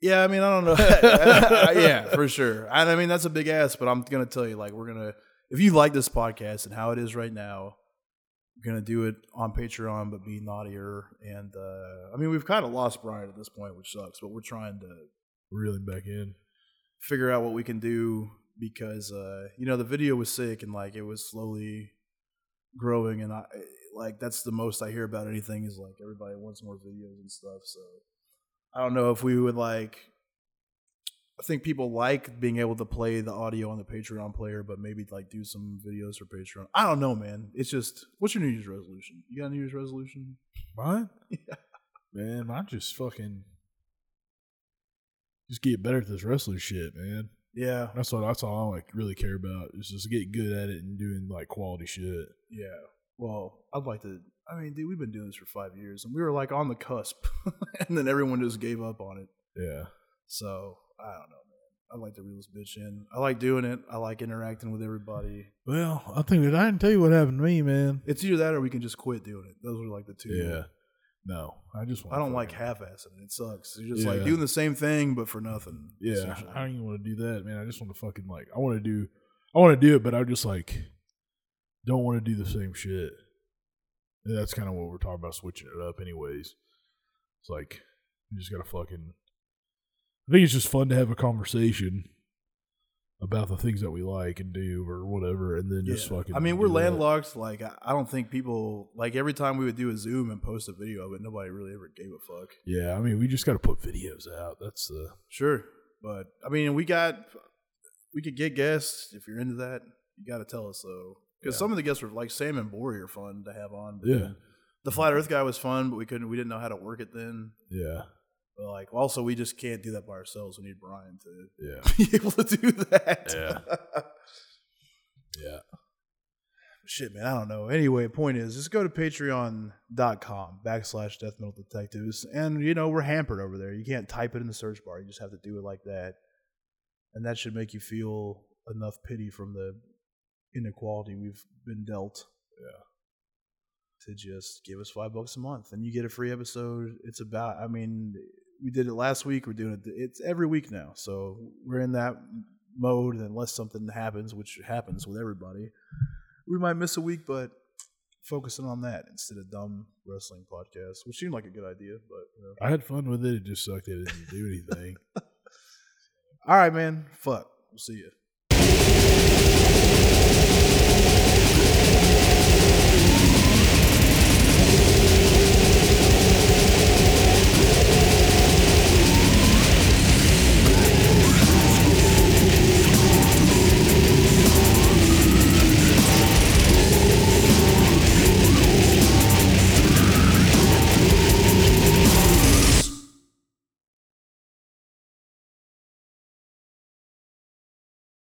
yeah, I mean, I don't <laughs> know. yeah, for sure. And I mean, that's a big ass, but I'm gonna tell you, like, we're gonna if you like this podcast and how it is right now, we're gonna do it on Patreon, but be naughtier. And uh, I mean, we've kind of lost Brian at this point, which sucks, but we're trying to
Reeling back in.
figure out what we can do because uh, you know the video was sick and like it was slowly growing, and I like that's the most I hear about anything is like everybody wants more videos and stuff. So I don't know if we would like. I think people like being able to play the audio on the Patreon player, but maybe like do some videos for Patreon. I don't know, man. It's just, what's your New Year's resolution? You got a New Year's resolution?
Mine? Man, I just fucking just get better at this wrestling shit, man.
Yeah,
That's what that's all I like really care about is just get good at it and doing like quality shit.
yeah. Well, I'd like to. I mean, dude, we've been doing this for five years, and we were like on the cusp, <laughs> and then everyone just gave up on it.
Yeah.
So I don't know, man. I like to reel this bitch in. I like doing it. I like interacting with everybody.
Well, I think that I didn't tell you what happened to me, man.
It's either that or we can just quit doing it. Those are like the two.
Yeah. No, I just want
I don't like half-assing. it. It sucks. You're just
Yeah.
like doing the same thing but for nothing.
Yeah,
essentially.
I don't even want to do that, man. I just want to fucking like I want to do I want to do it, but I just like don't want to do the same shit. And that's kind of what we're talking about switching it up, anyways. It's like you just gotta fucking. I think it's just fun to have a conversation about the things that we like and do or whatever, and then just
Yeah.
fucking.
I mean, we're
do that.
landlocked. Like, I I don't think people like every time we would do a Zoom and post a video of it, nobody really ever gave a fuck.
Yeah, I mean, we just gotta put videos out. That's the
Sure, but I mean, we got we could get guests if you're into that. You got to tell us though, because
Yeah.
some of the guests were like Sam and Bori are fun to have on. but
Yeah.
then the flat Earth guy was fun, but we couldn't. We didn't know how to work it then.
yeah,
But like, also, we just can't do that by ourselves. We need Brian to <laughs>
yeah,
be able to do that. <laughs>
Yeah. yeah.
Shit, man, I don't know. Anyway, point is, just go to patreon.com backslash death metal detectives. And, you know, we're hampered over there. You can't type it in the search bar. You just have to do it like that. And that should make you feel enough pity from the inequality we've been dealt. Yeah. To just give us five bucks a month and you get a free episode. It's about, I mean, we did it last week. We're doing it. It's every week now. So we're in that mode. And unless something happens, which happens with everybody, we might miss a week, but focusing on that instead of dumb wrestling podcasts, which seemed like a good idea. But you know.
I had fun with it. It just sucked. that It didn't do anything.
all right, man. Fuck. We'll see you.